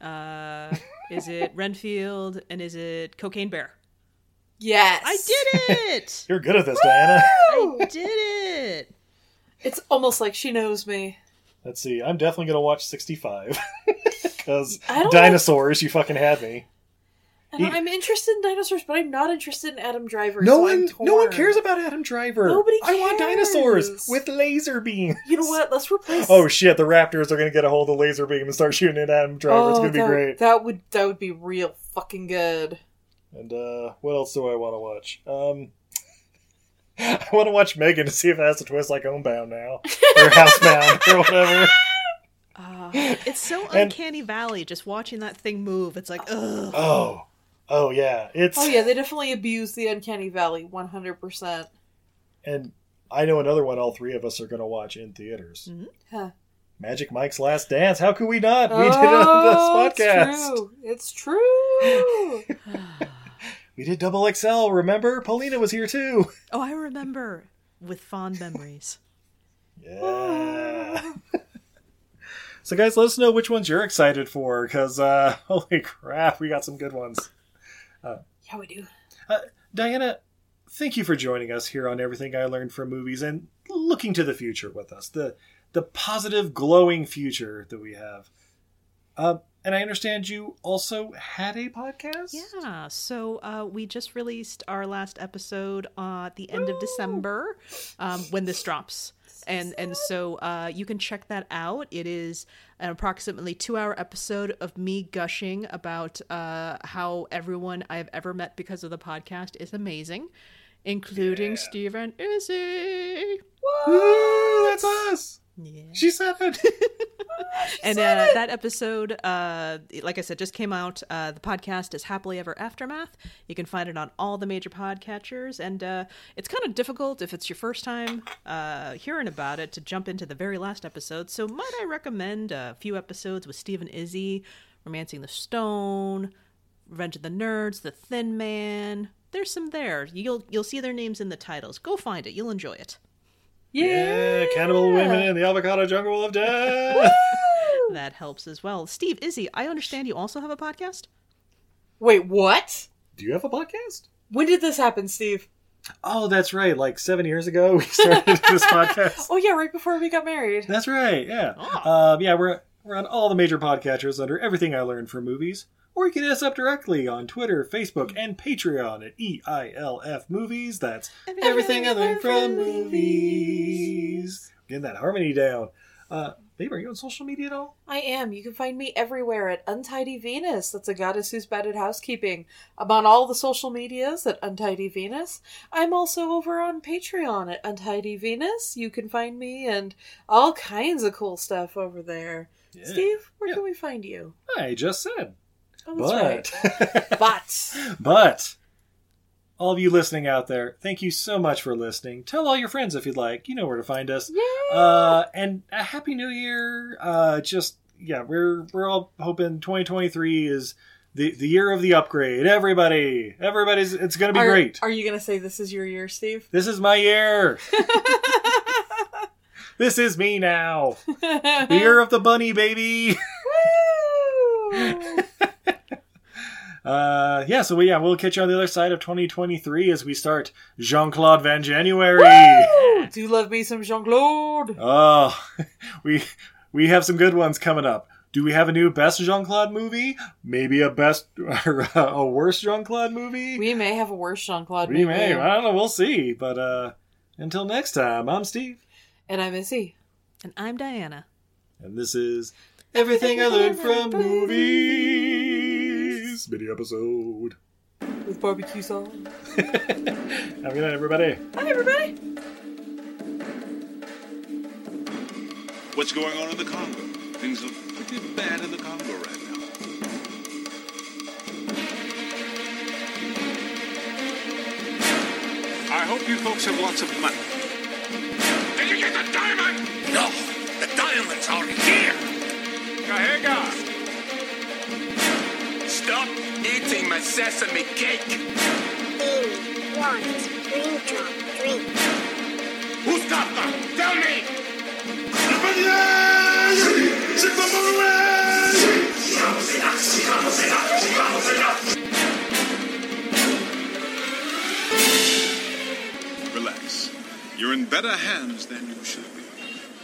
Speaker 3: Uh, is it Renfield and is it Cocaine Bear?
Speaker 2: Yes,
Speaker 3: I did it!
Speaker 4: You're good at this, Diana.
Speaker 3: I did it!
Speaker 2: It's almost like she knows me.
Speaker 4: Let's see. I'm definitely gonna watch 65 because
Speaker 2: I don't
Speaker 4: dinosaurs. You fucking had me.
Speaker 2: And
Speaker 4: He-
Speaker 2: I'm interested in dinosaurs, but I'm not interested in Adam Driver.
Speaker 4: No
Speaker 2: so I'm
Speaker 4: one, no one
Speaker 2: torn.
Speaker 4: cares about Adam Driver.
Speaker 2: Nobody
Speaker 4: I want dinosaurs
Speaker 2: cares.
Speaker 4: with laser beams.
Speaker 2: You know what? Let's replace.
Speaker 4: Oh shit! The Raptors are gonna get a hold of the laser beam and start shooting at Adam Driver. it's gonna be
Speaker 2: Oh, that,
Speaker 4: great.
Speaker 2: That would that would be real fucking good.
Speaker 4: And uh, what else do I want to watch? Um, I want to watch Megan to see if it has a twist like Homebound now or Housebound or whatever.
Speaker 3: Uh, it's so
Speaker 4: And-
Speaker 3: uncanny valley just watching that thing move. It's like, ugh.
Speaker 4: Oh, oh yeah, it's
Speaker 2: Oh yeah, they definitely abused the uncanny valley 100%.
Speaker 4: and I know another one. All three of us are gonna watch in theaters.
Speaker 2: Mm-hmm. Huh.
Speaker 4: Magic Mike's Last Dance. How could we not? We did it on this podcast.
Speaker 2: It's Oh, true. It's true.
Speaker 4: We did Double XL. Remember, Paulina was here too.
Speaker 3: Oh, I remember with fond memories.
Speaker 4: Yeah. So, guys, let us know which ones you're excited for, because uh, holy crap, we got some good ones.
Speaker 2: Yeah, we do.
Speaker 4: Uh, Diana, thank you for joining us here on Everything I Learned from Movies and looking to the future with us the the positive, glowing future that we have. Uh, and I understand you also had a podcast.
Speaker 3: Yeah, so uh, we just released our last episode uh, at the end of December um, when this drops. And and so uh, you can check that out. It is an approximately two hour episode of me gushing about uh, how everyone I've ever met because of the podcast is amazing, including Steve and Izzy.
Speaker 4: Woo, that's us. She said it.
Speaker 3: and uh, that episode, uh, like I said, just came out. Uh, the podcast is Happily Ever Aftermath. You can find it on all the major podcatchers, and uh, it's kind of difficult if it's your first time uh, hearing about it to jump into the very last episode. So, might I recommend a few episodes with Steve and Izzy, Romancing the Stone, Revenge of the Nerds, The Thin Man. There's some there. You'll you'll see their names in the titles. Go find it. You'll enjoy it.
Speaker 4: yeah, cannibal women in the avocado jungle of death.
Speaker 3: That helps as well. Steve, Izzy, I understand you also have a podcast.
Speaker 2: Wait, what?
Speaker 4: Do you have a podcast?
Speaker 2: When did this happen, Steve?
Speaker 4: Oh, that's right. Like seven years ago, we started this podcast.
Speaker 2: Oh yeah, right before we got married.
Speaker 4: That's right. Yeah. Um, yeah, we're we're on all the major podcatchers under everything I learned from movies. Or you can hit us up directly on Twitter, Facebook, and Patreon at E EILF Movies. That's everything I learned from movies. Getting that harmony down. Uh, babe, are you on social media at all?
Speaker 2: I am. You can find me everywhere at Untidy Venus. That's a goddess who's bad at housekeeping. I'm on all the social medias at Untidy Venus. I'm also over on Patreon at Untidy Venus. You can find me and all kinds of cool stuff over there.
Speaker 4: Yeah.
Speaker 2: Steve, where
Speaker 4: Yeah.
Speaker 2: can we find you?
Speaker 4: I just said.
Speaker 2: Oh, that's
Speaker 4: But,
Speaker 2: right. But
Speaker 4: but, all of you listening out there, thank you so much for listening. Tell all your friends if you'd like. You know where to find us.
Speaker 2: yeah,
Speaker 4: Uh, and a happy new year. Uh, just yeah, we're we're all hoping 2023 is the the year of the upgrade. Everybody, everybody's it's gonna be
Speaker 2: are,
Speaker 4: great.
Speaker 2: Are you gonna say this is your year, Steve?
Speaker 4: this is my year. this is me now. The year of the bunny, baby.
Speaker 2: Woo!
Speaker 4: Uh, yeah. So we, yeah, we'll catch you on the other side of 2023 as we start Jean Claude Van January.
Speaker 2: Do love me some Jean Claude.
Speaker 4: Oh, we we have some good ones coming up. Do we have a new best Jean Claude movie? Maybe a best or a worst Jean Claude movie?
Speaker 2: We may have a worse Jean Claude.
Speaker 4: We may. I don't know. We'll see. But uh, until next time, I'm Steve,
Speaker 2: And I'm Izzy.
Speaker 3: And I'm Diana.
Speaker 4: and this is everything I learned from movies. Mini episode.
Speaker 2: with barbecue sauce.
Speaker 4: Have a good night, everybody.
Speaker 2: Hi, everybody.
Speaker 5: What's going on in the Congo? Things look pretty bad in the Congo right now. I hope you folks have lots of money. Did you get the diamond? No, the diamonds are here. Kahega!
Speaker 6: Stop eating my sesame cake!
Speaker 1: In one raindrop drink.
Speaker 5: Who's got them? Tell me! Relax. You're in better hands than you should.